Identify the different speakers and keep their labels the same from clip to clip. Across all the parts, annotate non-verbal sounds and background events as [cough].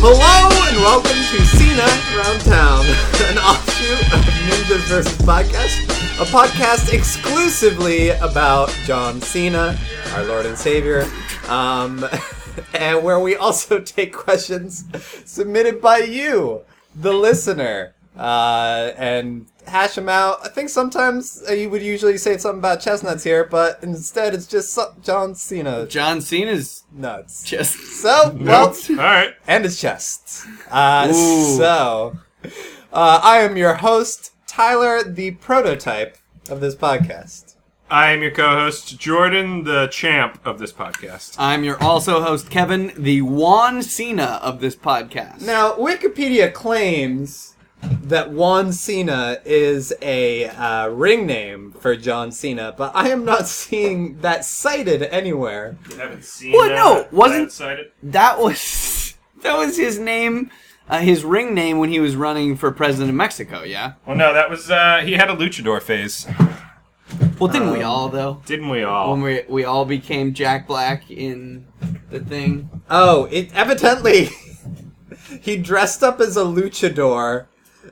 Speaker 1: Hello and welcome to Cena Around Town, [laughs] an offshoot of Ninja vs. Podcast, a podcast exclusively about John Cena, our Lord and Savior, um, [laughs] and where we also [laughs] take questions submitted by you, the listener, uh, and hash them out. I think sometimes uh, you would usually say something about chestnuts here, but instead it's just so- John Cena
Speaker 2: John Cena's
Speaker 1: nuts.
Speaker 2: just
Speaker 1: So, well.
Speaker 3: All right.
Speaker 1: and his chest. Uh,
Speaker 2: Ooh.
Speaker 1: so, uh, I am your host, Tyler, the prototype of this podcast.
Speaker 3: I am your co-host Jordan, the champ of this podcast.
Speaker 2: I'm your also host Kevin, the Juan Cena of this podcast.
Speaker 1: Now, Wikipedia claims that Juan Cena is a uh, ring name for John Cena, but I am not [laughs] seeing that cited anywhere.
Speaker 3: haven't seen.
Speaker 2: What? that. No, I wasn't- haven't
Speaker 3: Cited.
Speaker 2: that was that was his name, uh, his ring name when he was running for president of Mexico. Yeah.
Speaker 3: Well, no, that was uh, he had a luchador phase,
Speaker 2: Well, didn't we all though?
Speaker 3: didn't we
Speaker 2: When
Speaker 3: all?
Speaker 2: we we all became Jack Black in the thing.
Speaker 1: Oh, it evidently [laughs] he dressed up as a luchador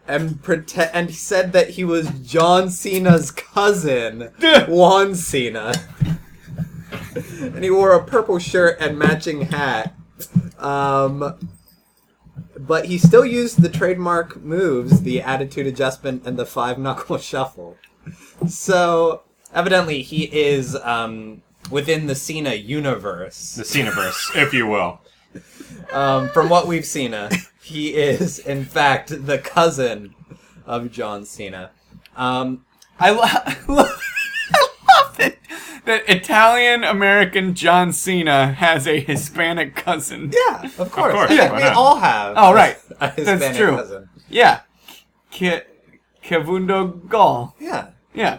Speaker 1: and pretend and he said that he was John Cena's cousin, Juan Cena. and he wore a purple shirt and matching hat. Um but he still used the trademark moves, the attitude adjustment and the five knuckle [laughs] shuffle. So, evidently he is um within the Cena universe
Speaker 3: The Cenaverse, [laughs] if you will.
Speaker 1: um, from what we've seen, uh, he is in fact the cousin of John Cena. Um,
Speaker 2: I, lo- [laughs] I love it that Italian American John Cena has a Hispanic cousin.
Speaker 1: yeah, of course.
Speaker 3: course,
Speaker 1: I think
Speaker 3: why
Speaker 1: we
Speaker 3: not?
Speaker 1: all have.
Speaker 2: Oh, right.
Speaker 1: [laughs] a Hispanic
Speaker 2: That's true.
Speaker 1: cousin.
Speaker 2: Yeah. Ke- Kevundo Gall.
Speaker 1: Yeah,
Speaker 2: Yeah.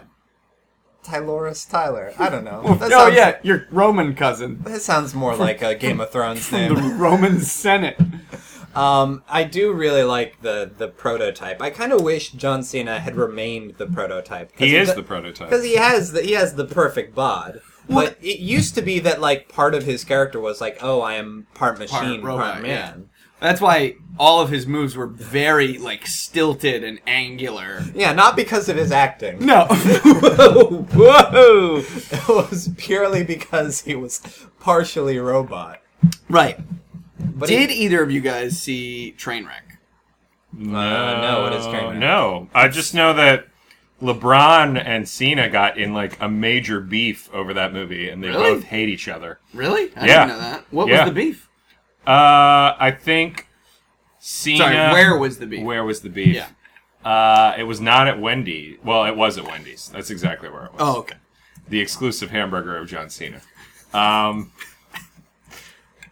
Speaker 1: Tyloris Tyler. I don't know. That
Speaker 2: oh
Speaker 1: sounds,
Speaker 2: yeah, your Roman cousin,
Speaker 1: That sounds more like a Game of Thrones
Speaker 2: the
Speaker 1: name.
Speaker 2: [laughs] Roman Senate.
Speaker 1: Um, I do really like the the prototype. I kind of wish John Cena had remained the prototype. 'cause
Speaker 3: He is
Speaker 1: do-
Speaker 3: the prototype.
Speaker 1: Because he has the he has the perfect bod.
Speaker 2: Well-
Speaker 1: But it used to be that like part of his character was like, oh, I am part machine, part,
Speaker 2: robot,
Speaker 1: man.
Speaker 2: That's why all of his moves were very like stilted and angular.
Speaker 1: Yeah. not because of his acting.
Speaker 2: No, [laughs]
Speaker 1: Whoa, [laughs]
Speaker 2: whoa,
Speaker 1: it was purely because he was partially robot.
Speaker 2: right.
Speaker 1: But
Speaker 2: Did
Speaker 1: he,
Speaker 2: either of you guys see Trainwreck?
Speaker 3: No,
Speaker 2: Uh,
Speaker 1: no, it is Karen.
Speaker 3: No, I just know that LeBron and Cena got in like a major beef over that movie, and they
Speaker 2: Really?
Speaker 3: both hate each other.
Speaker 2: Really? I
Speaker 3: Yeah.
Speaker 2: didn't know that. What
Speaker 3: Yeah.
Speaker 2: was the beef?
Speaker 3: Uh, I think Cena.
Speaker 2: Sorry, uh, where was the beef?
Speaker 3: Where was the beef?
Speaker 2: Yeah.
Speaker 3: Uh, it was not at Wendy. Well, it was at Wendy's. That's exactly where it was.
Speaker 2: Oh, okay.
Speaker 3: The exclusive hamburger of John Cena.
Speaker 2: [laughs]
Speaker 3: Um,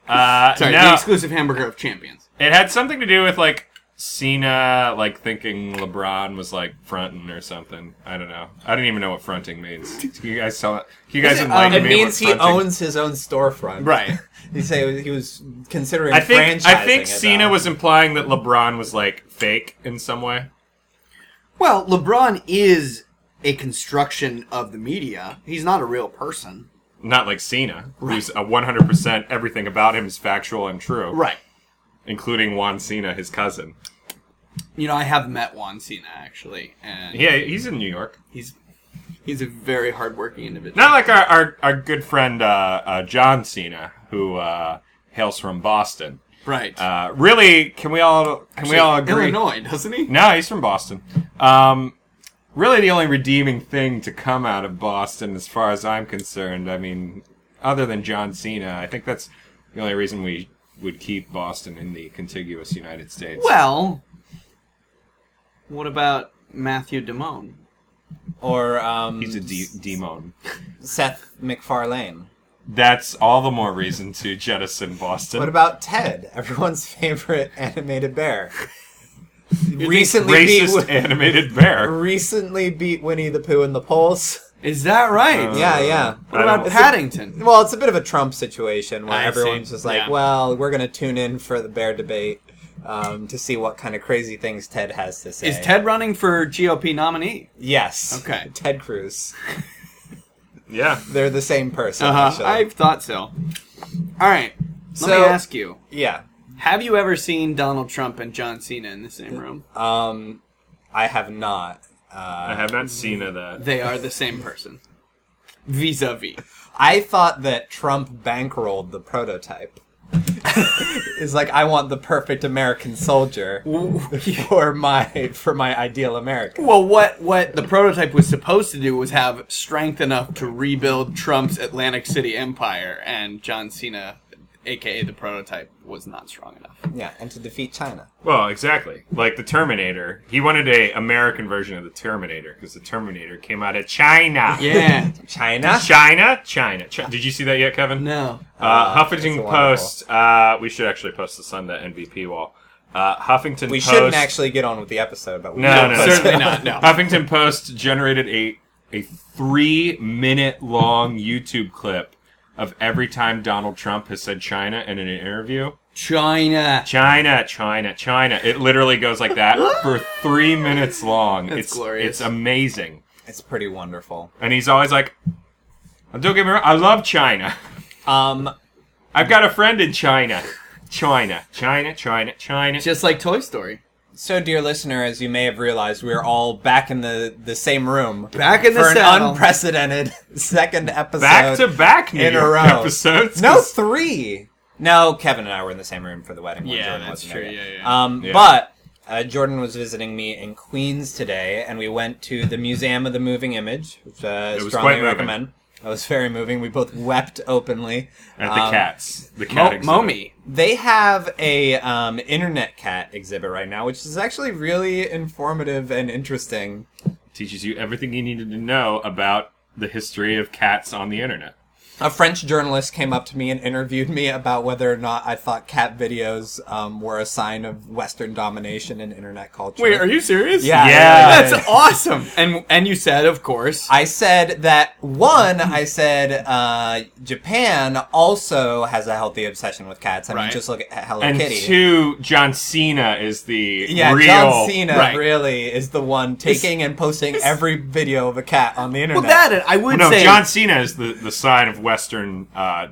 Speaker 3: uh,
Speaker 2: Sorry, the
Speaker 3: no,
Speaker 2: exclusive hamburger of champions.
Speaker 3: it had something to do with like Cena, like thinking LeBron was like fronting or something. I don't know. I don't even know what fronting
Speaker 2: [laughs]
Speaker 3: means. Can you guys tell? Can you guys
Speaker 2: Is it,
Speaker 3: enlighten
Speaker 2: um,
Speaker 1: Uh,
Speaker 3: me?
Speaker 1: it means
Speaker 3: what
Speaker 1: he
Speaker 3: fronting-
Speaker 1: owns his own storefront.
Speaker 2: Right.
Speaker 1: He say he was considering.
Speaker 3: I think I
Speaker 1: franchising it,
Speaker 3: think Cena
Speaker 1: though.
Speaker 3: was implying that LeBron was like fake in some way.
Speaker 2: Well, LeBron is a construction of the media. He's not a real person.
Speaker 3: Not like Cena, who's a 100% everything about him is factual and true.
Speaker 2: Right.
Speaker 3: including Juan Cena, his cousin.
Speaker 2: You know, I have met Juan Cena actually, and
Speaker 3: Yeah, he's in New York.
Speaker 2: he's he's a very hardworking individual.
Speaker 3: Not like our our, our good friend uh, uh, John Cena, who uh, hails from Boston.
Speaker 2: right.
Speaker 3: Uh, really, can we all can we all agree?
Speaker 2: Illinois, doesn't he?
Speaker 3: No, he's from Boston. Um, really, the only redeeming thing to come out of Boston, as far as I'm concerned, I mean, other than John Cena, I think that's the only reason we would keep Boston in the contiguous United States.
Speaker 2: Well, what about Matthew Damone?
Speaker 1: or um,
Speaker 3: he's a de- demon.
Speaker 1: Seth MacFarlane.
Speaker 3: That's all the more reason to jettison Boston.
Speaker 1: What about Ted, everyone's [laughs] favorite animated bear? recently beat,
Speaker 3: racist animated bear.
Speaker 1: recently beat Winnie the Pooh in the
Speaker 2: [laughs]
Speaker 1: polls.
Speaker 2: Is that right?
Speaker 3: Uh,
Speaker 1: Yeah, yeah.
Speaker 2: what
Speaker 3: I
Speaker 2: about
Speaker 3: don't-
Speaker 2: Paddington?
Speaker 1: Well, it's a bit of a Trump situation where
Speaker 2: I see.
Speaker 1: everyone's just like,
Speaker 2: Yeah.
Speaker 1: "Well, we're going to tune in for the bear debate um, to see what kind of crazy things Ted has to say."
Speaker 2: Is Ted running for GOP nominee?
Speaker 1: Yes.
Speaker 2: Okay.
Speaker 1: Ted Cruz.
Speaker 3: Yeah.
Speaker 1: They're
Speaker 3: Uh-huh.
Speaker 1: the same person.
Speaker 2: Uh huh.
Speaker 1: actually.
Speaker 2: I thought so. All right. Let
Speaker 1: So-
Speaker 2: me ask you.
Speaker 1: Yeah.
Speaker 2: Have you ever seen Donald Trump and John Cena in the same room?
Speaker 1: Um, I have not.
Speaker 3: I
Speaker 1: Uh,
Speaker 3: have not seen of that.
Speaker 2: They are the same person. Vis a vis.
Speaker 1: I thought that Trump bankrolled the prototype. [laughs] It's like I want the perfect American soldier [laughs] for my for my ideal America.
Speaker 2: Well, what what the prototype was supposed to do was have strength enough to rebuild Trump's Atlantic City empire, and John Cena, aka the prototype, was not strong enough.
Speaker 1: Yeah, and to defeat China.
Speaker 3: Well, exactly. Like the Terminator, he wanted a American version of the Terminator because the Terminator came out of China.
Speaker 2: Yeah.
Speaker 1: [laughs] China?
Speaker 3: China, China. Chi- Did you see that yet, Kevin?
Speaker 2: [laughs] no.
Speaker 3: Uh,
Speaker 1: it's
Speaker 3: Huffington
Speaker 1: wonderful.
Speaker 3: Post. Uh, we should actually post this on the MVP wall. Uh, Huffington
Speaker 1: We
Speaker 3: Post.
Speaker 1: shouldn't actually get on with the episode, but we
Speaker 3: No, no, no.
Speaker 2: certainly not. No.
Speaker 3: [laughs] Huffington Post generated a a three minute long YouTube clip of every time Donald Trump has said China in an interview.
Speaker 2: China.
Speaker 3: China, China, China. It literally goes like
Speaker 2: [gasps]
Speaker 3: that for three minutes long.
Speaker 2: That's
Speaker 3: it's
Speaker 2: glorious.
Speaker 3: It's amazing.
Speaker 1: It's pretty wonderful.
Speaker 3: And he's always like, "Don't get me wrong. I love China.
Speaker 1: Um,
Speaker 3: I've got a friend in China." China, China, China, China.
Speaker 2: Just like Toy Story.
Speaker 1: so, dear listener, as you may have realized, we are all back in the, the same room
Speaker 2: Back in the
Speaker 1: for an
Speaker 2: saddle.
Speaker 1: unprecedented [laughs] second episode.
Speaker 3: back
Speaker 2: uh,
Speaker 3: to back New
Speaker 1: in a
Speaker 3: York
Speaker 1: row.
Speaker 3: episodes.
Speaker 1: No,
Speaker 3: 'cause-
Speaker 1: three. No, Kevin and I were in the same room for the wedding. when
Speaker 2: Yeah, that's
Speaker 1: wasn't
Speaker 2: true.
Speaker 1: there yet.
Speaker 2: Yeah, yeah.
Speaker 1: Um,
Speaker 3: Yeah.
Speaker 1: But uh, Jordan was visiting me in Queens today, and we went to the Museum of the Moving Image, which uh,
Speaker 3: It was
Speaker 1: strongly
Speaker 3: quite moving.
Speaker 1: recommend. That was very moving. We both wept openly.
Speaker 3: at the
Speaker 1: Um,
Speaker 3: cats. The cat
Speaker 2: Mo-
Speaker 3: exhibit.
Speaker 2: Momi.
Speaker 1: They have a um, internet cat exhibit right now, which is actually really informative and interesting.
Speaker 3: teaches you everything you needed to know about the history of cats on the internet.
Speaker 1: A French journalist came up to me and interviewed me about whether or not I thought cat videos um, were a sign of Western domination in internet culture.
Speaker 2: Wait, are you serious?
Speaker 1: Yeah.
Speaker 3: Yeah.
Speaker 2: That's awesome. And and you said, of course.
Speaker 1: I said that one. I said uh, Japan also has a healthy obsession with cats. I mean,
Speaker 2: Right.
Speaker 1: just look at Hello
Speaker 3: And
Speaker 1: Kitty.
Speaker 3: two, John Cena is the
Speaker 1: yeah,
Speaker 3: real.
Speaker 1: John Cena
Speaker 2: right.
Speaker 1: really is the one taking and posting every video of a cat on the internet.
Speaker 2: well, that I would
Speaker 3: No,
Speaker 2: say.
Speaker 3: John Cena is the, the sign of Western uh,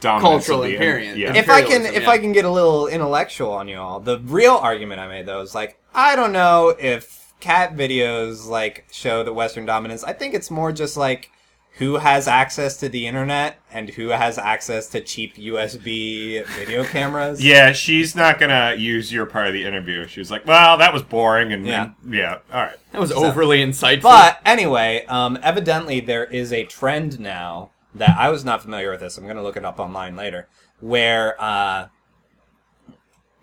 Speaker 3: dominance.
Speaker 2: Cultural
Speaker 3: of the-
Speaker 2: imperium.
Speaker 3: Yeah.
Speaker 1: if I can,
Speaker 2: imperialism,
Speaker 1: if
Speaker 2: yeah.
Speaker 1: I can get a little intellectual on you all, the real argument I made though is like, I don't know if cat videos like show the Western dominance. I think it's more just like who has access to the internet and who has access to cheap USB video
Speaker 3: [laughs]
Speaker 1: cameras.
Speaker 3: yeah, she's not gonna use your part of the interview. She was like, "Well, that was boring," and
Speaker 1: Yeah.
Speaker 3: yeah, yeah all right.
Speaker 2: that was overly insightful.
Speaker 1: But anyway, um, evidently there is a trend now that I was not familiar with this. I'm going to look it up online later, where uh,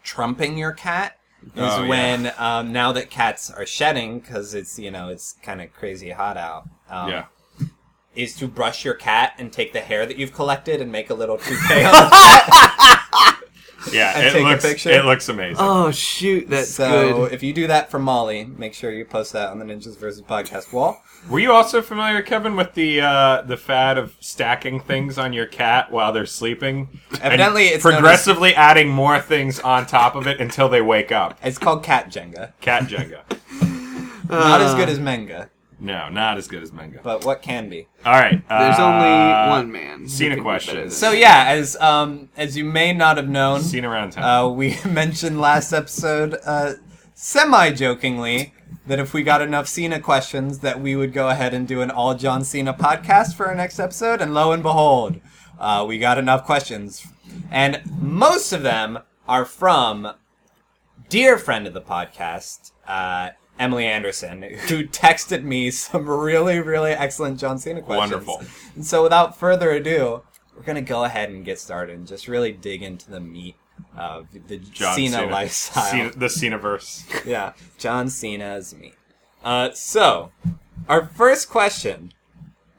Speaker 1: trumping your cat is
Speaker 3: Oh, yeah.
Speaker 1: when um, now that cats are shedding because it's you know it's kind of crazy hot out. Um,
Speaker 3: yeah,
Speaker 1: Is to brush your cat and take the hair that you've collected and make
Speaker 3: [laughs]
Speaker 1: a little toupee on the
Speaker 3: yeah.
Speaker 1: And
Speaker 3: It
Speaker 1: take a
Speaker 3: looks
Speaker 1: picture.
Speaker 3: it looks amazing.
Speaker 2: oh shoot, that's
Speaker 1: So if you do that for Molly, make sure you post that on the Ninjas versus Podcast wall.
Speaker 3: Were you also familiar, Kevin, with the uh, the fad of stacking things on your cat while they're sleeping?
Speaker 1: Evidently,
Speaker 3: And
Speaker 1: it's known as-
Speaker 3: progressively adding more things on top of it until they wake up.
Speaker 1: It's called Cat Jenga.
Speaker 3: Cat Jenga.
Speaker 1: Not
Speaker 3: Uh.
Speaker 1: as good as Menga,
Speaker 3: No, not as good as Menga.
Speaker 1: but what can be.
Speaker 3: All right. uh,
Speaker 2: There's only one man. who
Speaker 3: Cena
Speaker 2: can do
Speaker 3: question.
Speaker 2: better than
Speaker 1: So yeah, as um as you may not have known,
Speaker 3: Seen around town.
Speaker 1: uh, we [laughs] mentioned last episode, uh, semi jokingly, that if we got enough Cena questions, that we would go ahead and do an all John Cena podcast for our next episode. And lo and behold, uh, we got enough questions, and most of them are from dear friend of the podcast. Uh, Emily Anderson, [laughs] who texted me some really, really excellent John Cena questions.
Speaker 3: Wonderful.
Speaker 1: And so, without further ado, we're going to go ahead and get started and just really dig into the meat of Uh, the
Speaker 3: John
Speaker 1: Cena,
Speaker 3: Cena.
Speaker 1: lifestyle.
Speaker 3: Cena, the Cenaverse.
Speaker 1: [laughs] Yeah, John Cena's meat. Uh, so, our first question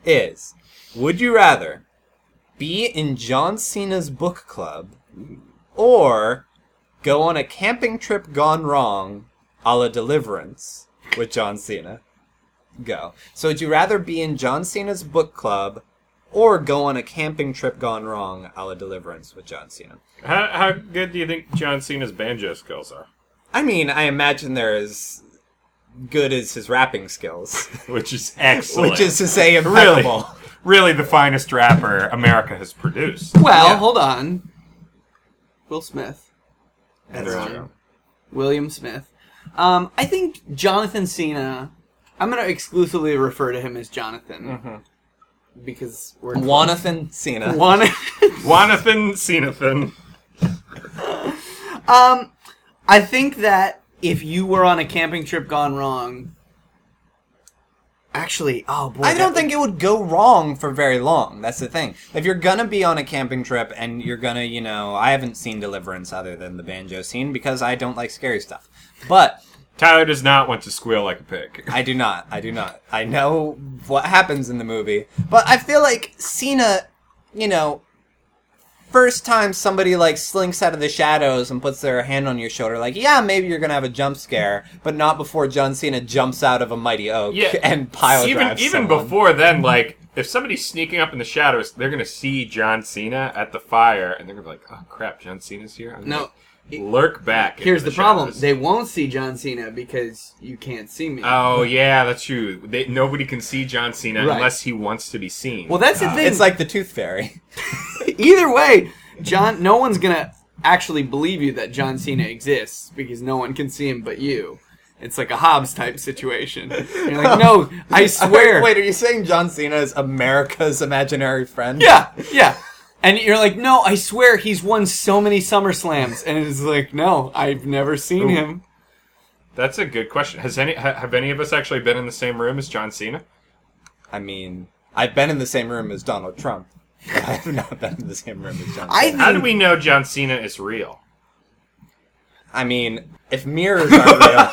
Speaker 1: is Would you rather be in John Cena's book club or go on a camping trip gone wrong a la Deliverance with John Cena? Go. So, would you rather be in John Cena's book club or go on a camping trip gone wrong a la Deliverance with John Cena?
Speaker 3: How, how good do you think John Cena's banjo skills are?
Speaker 1: I mean, I imagine they're as good as his rapping skills, [laughs]
Speaker 3: Which is excellent.
Speaker 1: which is to say,
Speaker 3: really,
Speaker 1: impeccable.
Speaker 3: really the finest rapper America has produced.
Speaker 2: Well,
Speaker 1: Yeah.
Speaker 2: hold on. Will Smith.
Speaker 1: everyone.
Speaker 2: true. William Smith. Um, I think Jonathan Cena. I'm going to exclusively refer to him as Jonathan
Speaker 1: Mm-hmm.
Speaker 2: because we're
Speaker 1: Jonathan Cena.
Speaker 2: [laughs] one.
Speaker 3: Wanathan Cenathan.
Speaker 2: I think that if you were on a camping trip gone wrong, actually, oh boy,
Speaker 1: I don't
Speaker 2: that-
Speaker 1: think it would go wrong for very long. That's the thing. If you're gonna be on a camping trip and you're gonna, you know, I haven't seen Deliverance other than the banjo scene because I don't like scary stuff. But
Speaker 3: Tyler does not want to squeal like a pig.
Speaker 1: I do not. I do not. I know what happens in the movie, but I feel like Cena, you know, first time somebody like slinks out of the shadows and puts their hand on your shoulder, like, yeah, maybe you're gonna have a jump scare, but not before John Cena jumps out of a mighty oak [laughs] and pile
Speaker 3: even
Speaker 1: drives
Speaker 3: even
Speaker 1: someone.
Speaker 3: before
Speaker 1: [laughs]
Speaker 3: then, like if somebody's sneaking up in the shadows, they're gonna see John Cena at the fire, and they're gonna be like, "Oh crap, John Cena's here." I'm
Speaker 2: No,
Speaker 3: gonna lurk back. into
Speaker 2: here's the, problem:
Speaker 3: shadows.
Speaker 2: they won't see John Cena because you can't see me.
Speaker 3: oh yeah, that's true. They, nobody can see John Cena
Speaker 2: Right.
Speaker 3: unless he wants to be seen.
Speaker 2: well, that's the thing.
Speaker 1: It's like the Tooth Fairy.
Speaker 2: Either way, John, no one's gonna actually believe you that John Cena exists because no one can see him but you. It's like a Hobbes type situation. And you're like, no, I
Speaker 1: [laughs]
Speaker 2: swear.
Speaker 1: Wait, are you saying John Cena is America's imaginary friend?
Speaker 2: Yeah, yeah. And you're like, no, I swear he's won so many SummerSlams. And it's like, no, I've never seen him.
Speaker 3: that's a good question. Has any ha- have any of us actually been in the same room as John Cena?
Speaker 1: I mean, I've been in the same room as Donald Trump. [laughs] but I have not been in the same room as John
Speaker 2: I
Speaker 1: Cena.
Speaker 2: think-
Speaker 3: How do we know John Cena is real?
Speaker 1: I mean, if mirrors are
Speaker 2: [laughs]
Speaker 1: real,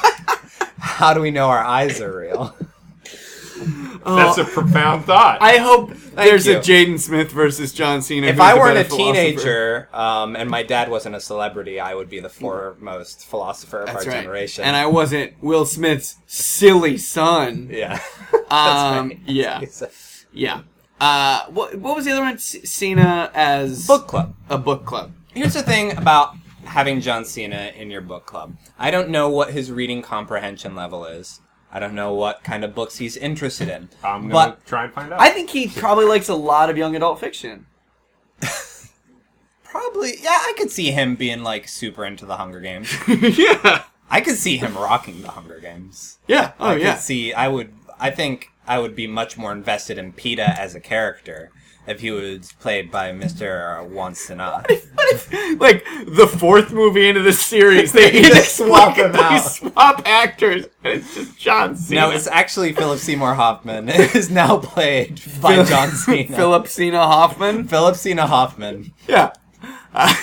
Speaker 1: how do we know our eyes are real?
Speaker 3: That's a profound thought.
Speaker 2: Oh, I hope there's a
Speaker 1: you.
Speaker 2: Jaden Smith versus John Cena.
Speaker 1: If
Speaker 2: who's
Speaker 1: I
Speaker 2: the
Speaker 1: weren't a
Speaker 2: better philosopher.
Speaker 1: teenager um, and my dad wasn't a celebrity, I would be the foremost philosopher of
Speaker 2: That's
Speaker 1: our
Speaker 2: right.
Speaker 1: generation.
Speaker 2: And I wasn't Will Smith's silly son.
Speaker 1: [laughs]
Speaker 2: [laughs]
Speaker 1: yeah,
Speaker 2: Um,
Speaker 1: right. [laughs]
Speaker 2: Yeah.
Speaker 1: It's a
Speaker 2: Yeah. Uh, what, what was the other one? C- Cena as
Speaker 1: book club.
Speaker 2: a book club.
Speaker 1: Here's the thing about having John Cena in your book club. I don't know what his reading comprehension level is. I don't know what kind of books he's interested in.
Speaker 3: I'm gonna
Speaker 1: but
Speaker 3: try and find out.
Speaker 2: I think he probably likes a lot of young adult fiction.
Speaker 1: probably, yeah, I could see him being like super into the Hunger Games.
Speaker 2: [laughs] yeah.
Speaker 1: I could see him rocking the Hunger Games.
Speaker 2: Yeah. Oh
Speaker 1: I
Speaker 2: yeah.
Speaker 1: could see. I would. I think I would be much more invested in PETA as a character if he was played by Mister Juan Cena.
Speaker 2: What if, like, the fourth movie into the series, [laughs] they,
Speaker 1: They
Speaker 2: just
Speaker 1: just swap him
Speaker 2: they
Speaker 1: out.
Speaker 2: swap actors, and it's just John Cena.
Speaker 1: No, it's actually Philip Seymour Hoffman [laughs] is now played by John Cena.
Speaker 2: [laughs] Philip Cena Hoffman.
Speaker 1: Philip Cena Hoffman.
Speaker 2: Yeah. Uh,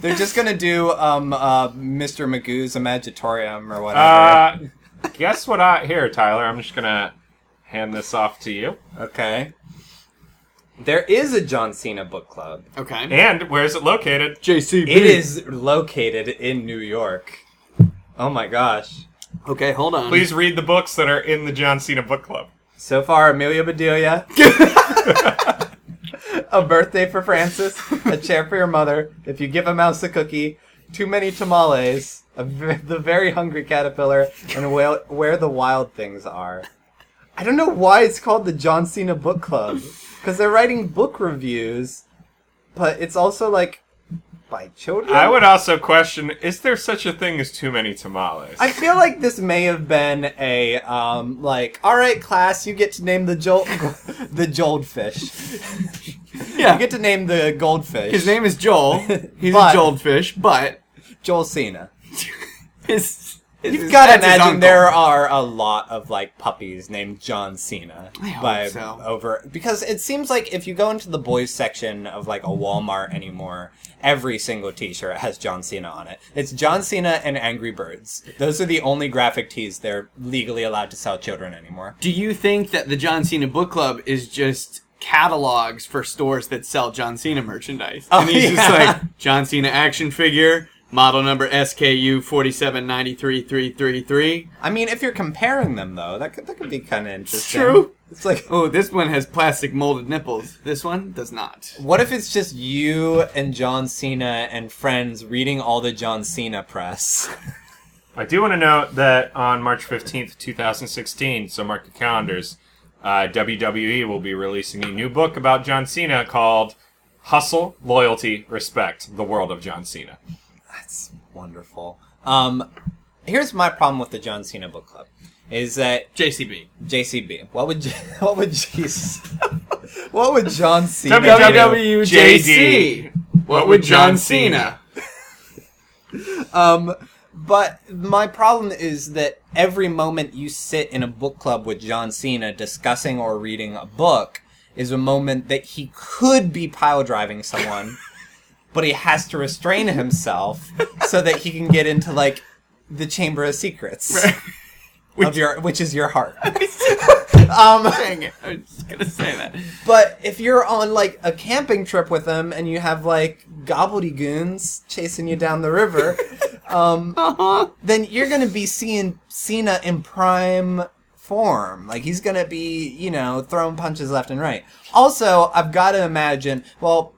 Speaker 1: They're just gonna do um uh Mr. Magoo's Imagitorium or whatever.
Speaker 3: Uh, guess what I here, Tyler. I'm just gonna hand this off to you.
Speaker 1: okay. There is a John Cena book club.
Speaker 2: okay.
Speaker 3: And where is it located?
Speaker 2: JCB.
Speaker 1: It is located in New York. Oh my gosh.
Speaker 2: Okay, hold on.
Speaker 3: Please read the books that are in the John Cena book club.
Speaker 1: So far, Amelia Bedelia. a birthday for Francis. A chair for your mother. If you give a mouse a cookie. Too many tamales. A v- the very hungry caterpillar. And where, where the wild things are. I don't know why it's called the John Cena Book Club. Because they're writing book reviews. But it's also like by children.
Speaker 3: I would also question: Is there such a thing as too many tamales?
Speaker 1: I feel like this may have been a um like all right class you get to name the jolt [laughs] the goldfish.
Speaker 2: Yeah.
Speaker 1: You get to name the goldfish.
Speaker 2: His name is [laughs] Joel. He's
Speaker 1: But-
Speaker 2: a Joelfish, but
Speaker 1: Joel Cena.
Speaker 2: his,
Speaker 1: You've got to imagine there are a lot of like puppies named John Cena
Speaker 2: I hope so.
Speaker 1: over because it seems like if you go into the boys section of like a Walmart anymore, every single T-shirt has John Cena on it. It's John Cena and Angry Birds. Those are the only graphic tees they're legally allowed to sell children anymore.
Speaker 2: Do you think that the John Cena book club is just catalogs for stores that sell John Cena merchandise? and he's just
Speaker 1: Oh, yeah.
Speaker 2: like John Cena action figure, model number SKU forty seven ninety three three three three.
Speaker 1: I mean, if you're comparing them though, that could, that could be kind of interesting.
Speaker 2: true.
Speaker 1: It's like,
Speaker 2: Oh, this one has plastic molded nipples. This one does not.
Speaker 1: what if it's just you and John Cena and friends reading all the John Cena press? [laughs]
Speaker 3: I do want to note that on March 15th, 2016, so mark your calendars, uh, WWE will be releasing a new book about John Cena called Hustle, Loyalty, Respect The World of John Cena.
Speaker 1: That's wonderful. Um, here's my problem with the John Cena book club is that
Speaker 2: JCB.
Speaker 1: JCB. What would J- [laughs] what would Jesus? [laughs] what would John Cena? do?
Speaker 3: E,
Speaker 2: E WWJD. What would John Cena?
Speaker 1: Um, but my problem is that every moment you sit in a book club with John Cena discussing or reading a book is a moment that he could be pile driving someone, but he has to restrain himself so that he can get into like the Chamber of Secrets. Which, of your, which is your heart. um,
Speaker 2: Dang it. [laughs] I was just going to say that.
Speaker 1: but if you're on like a camping trip with them and you have like gobbledygoons chasing you down the river, um, then you're gonna be seeing Cena in prime form. Like he's gonna be, you know, throwing punches left and right. Also, I've got to imagine. Well,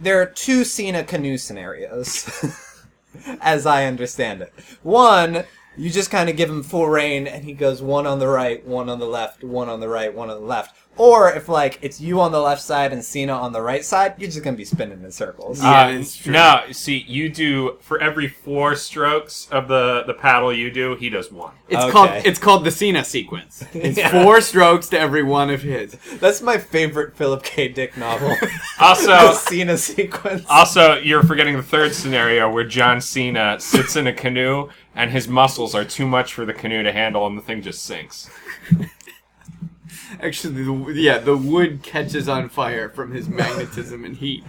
Speaker 1: there are two Cena canoe scenarios, [laughs] as I understand it. One, you just kind of give him full reign, and he goes one on the right, one on the left, one on the right, one on the left. Or if like it's you on the left side and Cena on the right side, you're just gonna be spinning in circles.
Speaker 2: Yeah,
Speaker 3: Uh,
Speaker 2: it's true.
Speaker 3: No, see, you do for every four strokes of the the paddle you do, he does one.
Speaker 2: It's
Speaker 1: Okay.
Speaker 2: called it's called the Cena sequence. It's
Speaker 1: [laughs] Yeah.
Speaker 2: four strokes to every one of his.
Speaker 1: That's my favorite Philip K. Dick novel. the
Speaker 3: Also,
Speaker 2: [laughs]
Speaker 1: Cena sequence.
Speaker 3: also, you're forgetting the third scenario where John Cena sits in a canoe and his muscles are too much for the canoe to handle, and the thing just sinks.
Speaker 2: Actually, the, yeah, the wood catches on fire from his magnetism and heat.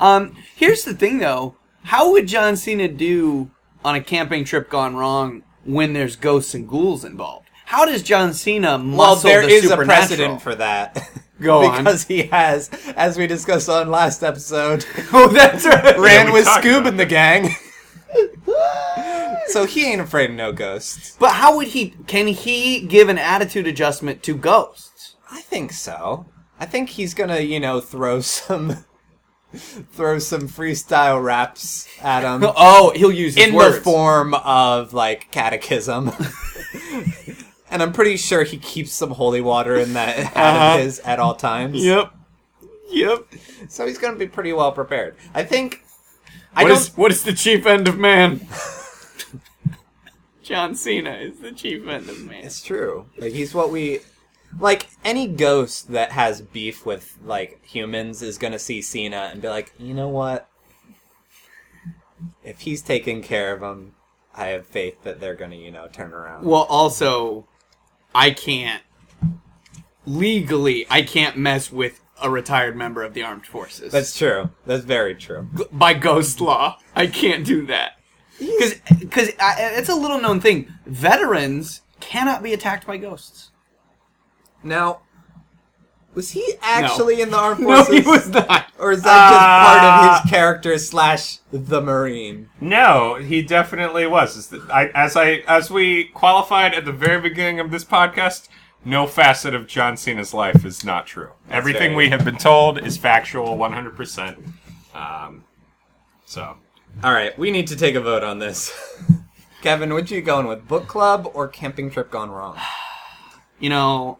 Speaker 2: Um, here's the thing, though: how would John Cena do on a camping trip gone wrong when there's ghosts and ghouls involved? How does John Cena muscle
Speaker 1: well, there
Speaker 2: the
Speaker 1: is a
Speaker 2: supernatural?
Speaker 1: precedent for that. [laughs]
Speaker 2: Go on.
Speaker 1: because he has, as we discussed on last episode,
Speaker 2: [laughs] oh,
Speaker 1: [laughs]
Speaker 2: that's right.
Speaker 1: ran
Speaker 3: we
Speaker 1: with
Speaker 3: talked
Speaker 1: Scoob
Speaker 3: about
Speaker 1: and the gang.
Speaker 3: [laughs]
Speaker 1: so he ain't afraid of no ghosts.
Speaker 2: But how would he? Can he give an attitude adjustment to ghosts?
Speaker 1: I think so. I think he's gonna, you know, throw some, [laughs] throw some freestyle raps at
Speaker 2: [laughs]
Speaker 1: him.
Speaker 2: Oh, he'll use his
Speaker 1: in
Speaker 2: words.
Speaker 1: the form of like
Speaker 2: [laughs]
Speaker 1: catechism. and I'm pretty sure he keeps some holy water in that hat
Speaker 2: Uh-huh.
Speaker 1: of his at all times.
Speaker 2: Yep. Yep.
Speaker 1: So he's going to be pretty well prepared. I think. I
Speaker 2: What
Speaker 1: don't.
Speaker 2: is what is the chief end of man? [laughs] John Cena is the chief end of man.
Speaker 1: It's true. Like he's what we. Like any ghost that has beef with like humans is going to see Cena and be like, you know what? If he's taking care of him, I have faith that they're going to, you know, turn around.
Speaker 2: Well, also, I can't legally I can't mess with a retired member of the armed forces.
Speaker 1: That's true. That's very true.
Speaker 2: by ghost law. I can't do that because because it's a little known thing. Veterans cannot be attacked by ghosts.
Speaker 1: Now, was he actually in the [laughs] armed forces?
Speaker 2: No, he was not.
Speaker 1: Or is that just part
Speaker 3: Ah.
Speaker 1: of his character slash the Marine?
Speaker 3: No, he definitely was. It's the- I, as I as we qualified at the very beginning of this podcast, no facet of John Cena's life is not true. Everything
Speaker 1: very-
Speaker 3: we have been told is factual, one hundred percent. Um, so
Speaker 1: All right, we need to take a vote on this. Kevin, what you going with? Book club or camping trip gone wrong?
Speaker 2: You know,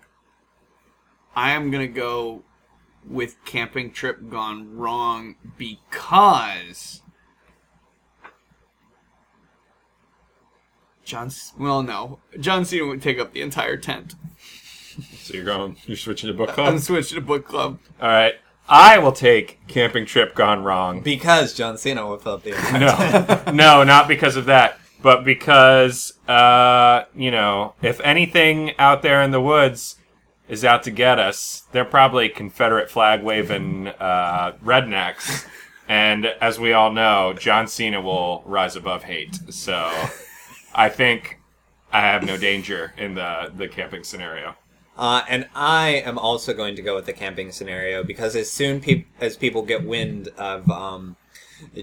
Speaker 2: I am gonna go with camping trip gone wrong because John. C- Well, no, John Cena would take up the entire tent.
Speaker 3: so you're going you're switching to book
Speaker 2: I'm
Speaker 3: club.
Speaker 1: Uh,
Speaker 2: switching to book club.
Speaker 3: All right, I will take camping trip gone wrong.
Speaker 1: Because John Cena will fill [laughs] up the entire
Speaker 3: No, no, not because of that, but because uh, you know, if anything out there in the woods is out to get us, they're probably Confederate flag waving uh, rednecks, and as we all know, John Cena will rise above hate. So, I think I have no danger in the the camping scenario.
Speaker 1: Uh, and I am also going to go with the camping scenario because as soon peop as people get wind of um,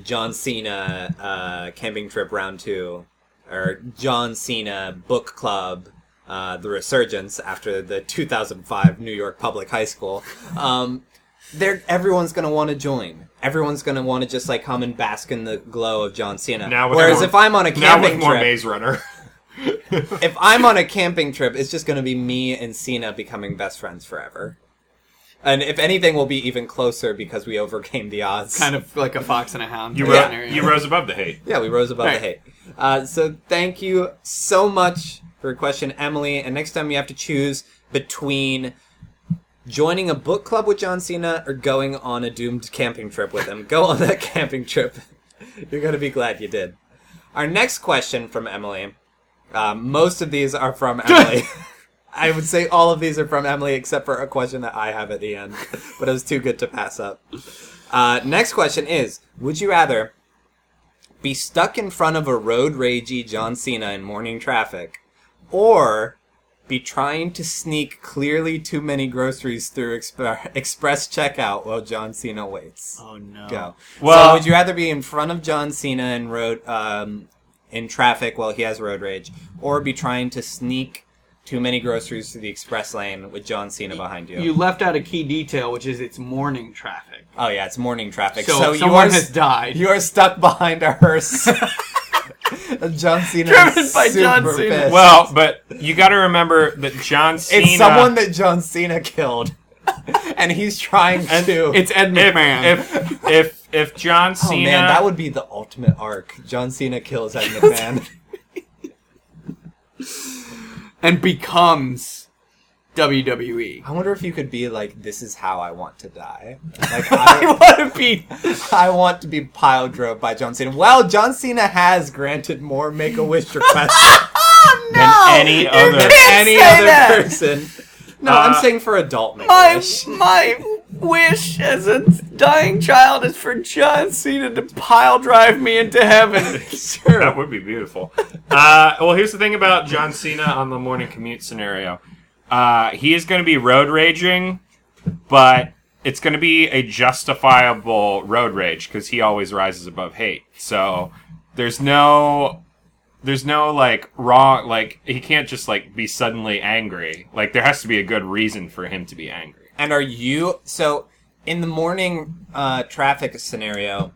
Speaker 1: John Cena uh, camping trip round two, or John Cena book club, uh, the resurgence after the 2005 New York Public High School, um, they're, everyone's going to want to join. Everyone's going to want to just like come and bask in the glow of John Cena.
Speaker 3: Now with
Speaker 1: Whereas
Speaker 3: more-
Speaker 1: if I'm on a
Speaker 3: Now with
Speaker 1: camping
Speaker 3: more
Speaker 1: trip,
Speaker 3: Maze Runner.
Speaker 1: if I'm on a camping trip, it's just going to be me and Cena becoming best friends forever. And if anything, we'll be even closer because we overcame the odds.
Speaker 2: Kind of like a fox and a hound.
Speaker 3: You,
Speaker 2: type
Speaker 3: ro-
Speaker 2: scenario.
Speaker 3: you rose above the hate.
Speaker 1: Yeah, we rose above the
Speaker 2: Right.
Speaker 1: hate. Uh, so thank you so much for your question, Emily. And next time you have to choose between joining a book club with John Cena or going on a doomed camping trip with him. Go on that [laughs] camping trip. You're going to be glad you did. Our next question from Emily. Uh, most of these are from
Speaker 2: [laughs]
Speaker 1: Emily. I would say all of these are from Emily except for a question that I have at the end, [laughs] but it was too good to pass up. Uh, next question is Would you rather be stuck in front of a road ragey John Cena in morning traffic, or be trying to sneak clearly too many groceries through exp- [laughs] express checkout while John Cena waits?
Speaker 2: Oh no.
Speaker 1: Go. Well,
Speaker 3: Well-
Speaker 1: would you rather be in front of John Cena in road um, in traffic while he has road rage, or be trying to sneak too many groceries through the express lane with John Cena behind you?
Speaker 2: You left out a key detail, which is it's morning traffic.
Speaker 1: oh yeah, it's morning traffic.
Speaker 2: So,
Speaker 1: So,
Speaker 2: if
Speaker 1: you
Speaker 2: someone
Speaker 1: are
Speaker 2: has died.
Speaker 1: You are stuck behind a
Speaker 2: [laughs]
Speaker 1: hearse. [laughs] Of John Cena. is
Speaker 2: Driven by John
Speaker 1: super
Speaker 2: Cena.
Speaker 1: pissed.
Speaker 3: Well, but you got to remember that John Cena.
Speaker 1: it's someone that John Cena killed, [laughs] and he's trying to.
Speaker 2: it's Ed
Speaker 1: [laughs]
Speaker 3: if,
Speaker 2: McMahon.
Speaker 3: if if if John
Speaker 1: oh
Speaker 3: Cena,
Speaker 1: man, that would be the ultimate arc. John Cena kills
Speaker 2: [laughs]
Speaker 1: Ed McMahon.
Speaker 2: and becomes E. WWE.
Speaker 1: I wonder if you could be like, "This is how I want to
Speaker 2: [laughs]
Speaker 1: die." Like
Speaker 2: I
Speaker 1: I,
Speaker 2: want to be.
Speaker 1: I want to be pile drove by John Cena. Well, John Cena has granted more Make a Wish
Speaker 2: [laughs]
Speaker 1: requests
Speaker 2: Oh no!
Speaker 3: any
Speaker 2: You
Speaker 3: other-
Speaker 1: than
Speaker 2: can't
Speaker 1: any
Speaker 2: say
Speaker 1: other
Speaker 2: that.
Speaker 1: person. No,
Speaker 3: Uh,
Speaker 1: I'm saying for adult Make a
Speaker 2: My [laughs]
Speaker 1: Wish.
Speaker 2: my wish as a dying child is for John Cena to pile drive me into heaven.
Speaker 1: Sure.
Speaker 3: that would be beautiful. Uh, well, here's the thing about John Cena on the morning commute scenario. Uh, he is going to be road raging, but it's going to be a justifiable road rage because he always rises above hate. So there's no, there's no like wrong. Like he can't just like be suddenly angry. Like there has to be a good reason for him to be angry.
Speaker 1: And are you so in the morning uh, traffic scenario?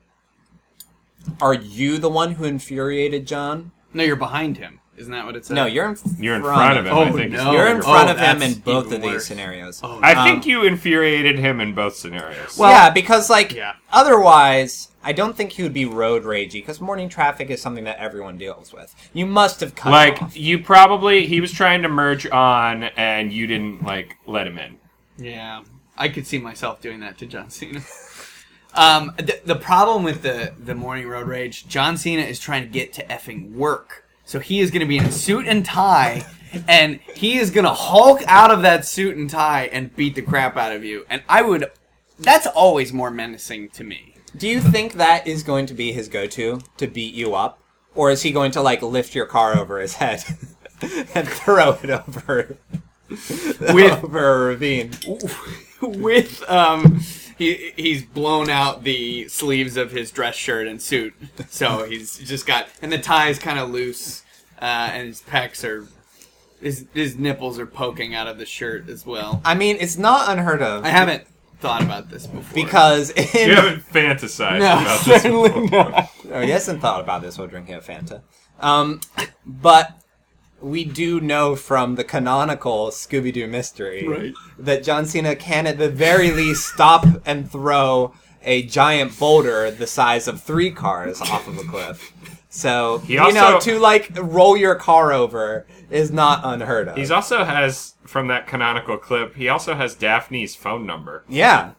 Speaker 1: Are you the one who infuriated John?
Speaker 2: [laughs] no, you're behind him. Isn't that what it says?
Speaker 1: No, you're in.
Speaker 3: You're in front of him. I
Speaker 2: Oh,
Speaker 3: think is
Speaker 2: no.
Speaker 3: the
Speaker 1: You're
Speaker 3: bigger
Speaker 1: in
Speaker 2: Oh,
Speaker 1: front of him
Speaker 2: that's
Speaker 1: in both
Speaker 2: even
Speaker 1: of these
Speaker 2: worse.
Speaker 1: scenarios.
Speaker 2: Oh,
Speaker 3: I
Speaker 1: Um,
Speaker 3: think you infuriated him in both scenarios.
Speaker 2: Well-
Speaker 1: yeah, because like
Speaker 2: Yeah.
Speaker 1: otherwise, I don't think he would be road ragey because morning traffic is something that everyone deals with. You must have cut
Speaker 3: like
Speaker 1: off.
Speaker 3: you probably he was trying to merge on and you didn't like let him in.
Speaker 2: Yeah, I could see myself doing that to John Cena. [laughs] um, the, the problem with the the morning road rage, John Cena is trying to get to effing work, so he is going to be in a suit and tie, and he is going to Hulk out of that suit and tie and beat the crap out of you. And I would, that's always more menacing to me.
Speaker 1: Do you think that is going to be his go-to to beat you up, or is he going to like lift your car over his head [laughs] and throw it over [laughs]
Speaker 2: With-
Speaker 1: over a ravine?
Speaker 2: [laughs] with um he he's blown out the sleeves of his dress shirt and suit so he's just got and the tie is kind of loose uh, and his pecs are his, his nipples are poking out of the shirt as well
Speaker 1: I mean, it's not unheard of.
Speaker 2: i haven't thought about this before
Speaker 1: because in
Speaker 3: You haven't fantasized
Speaker 2: no
Speaker 3: about this.
Speaker 2: certainly not
Speaker 1: oh, he hasn't thought about this while drinking a Fanta. Um, but we do know from the canonical Scooby Doo mystery
Speaker 2: Right.
Speaker 1: that John Cena can, at the very least, stop and throw a giant boulder the size of three cars off of a cliff. So you know,
Speaker 3: also-
Speaker 1: to like roll your car over is not unheard of.
Speaker 3: He's also has from that canonical clip, he also has Daphne's phone number.
Speaker 1: yeah.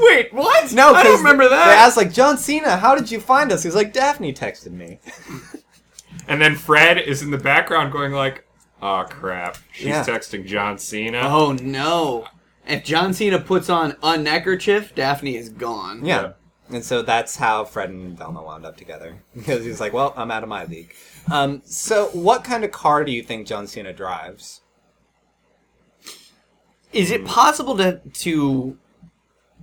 Speaker 2: wait what
Speaker 1: No,
Speaker 2: i
Speaker 1: 'cause
Speaker 2: don't remember
Speaker 1: They
Speaker 2: that
Speaker 1: asked like John Cena, how did you find us? He's like, Daphne texted me.
Speaker 3: And then Fred is in the background going like, "Oh crap. She's
Speaker 1: Yeah.
Speaker 3: texting John Cena."
Speaker 2: oh no if john cena puts on a neckerchief daphne is gone
Speaker 1: Yeah. And so that's how Fred and Velma wound up together. [laughs] Because he's like, well, I'm out of my league. Um, so, what kind of car do you think John Cena drives?
Speaker 2: is it possible to to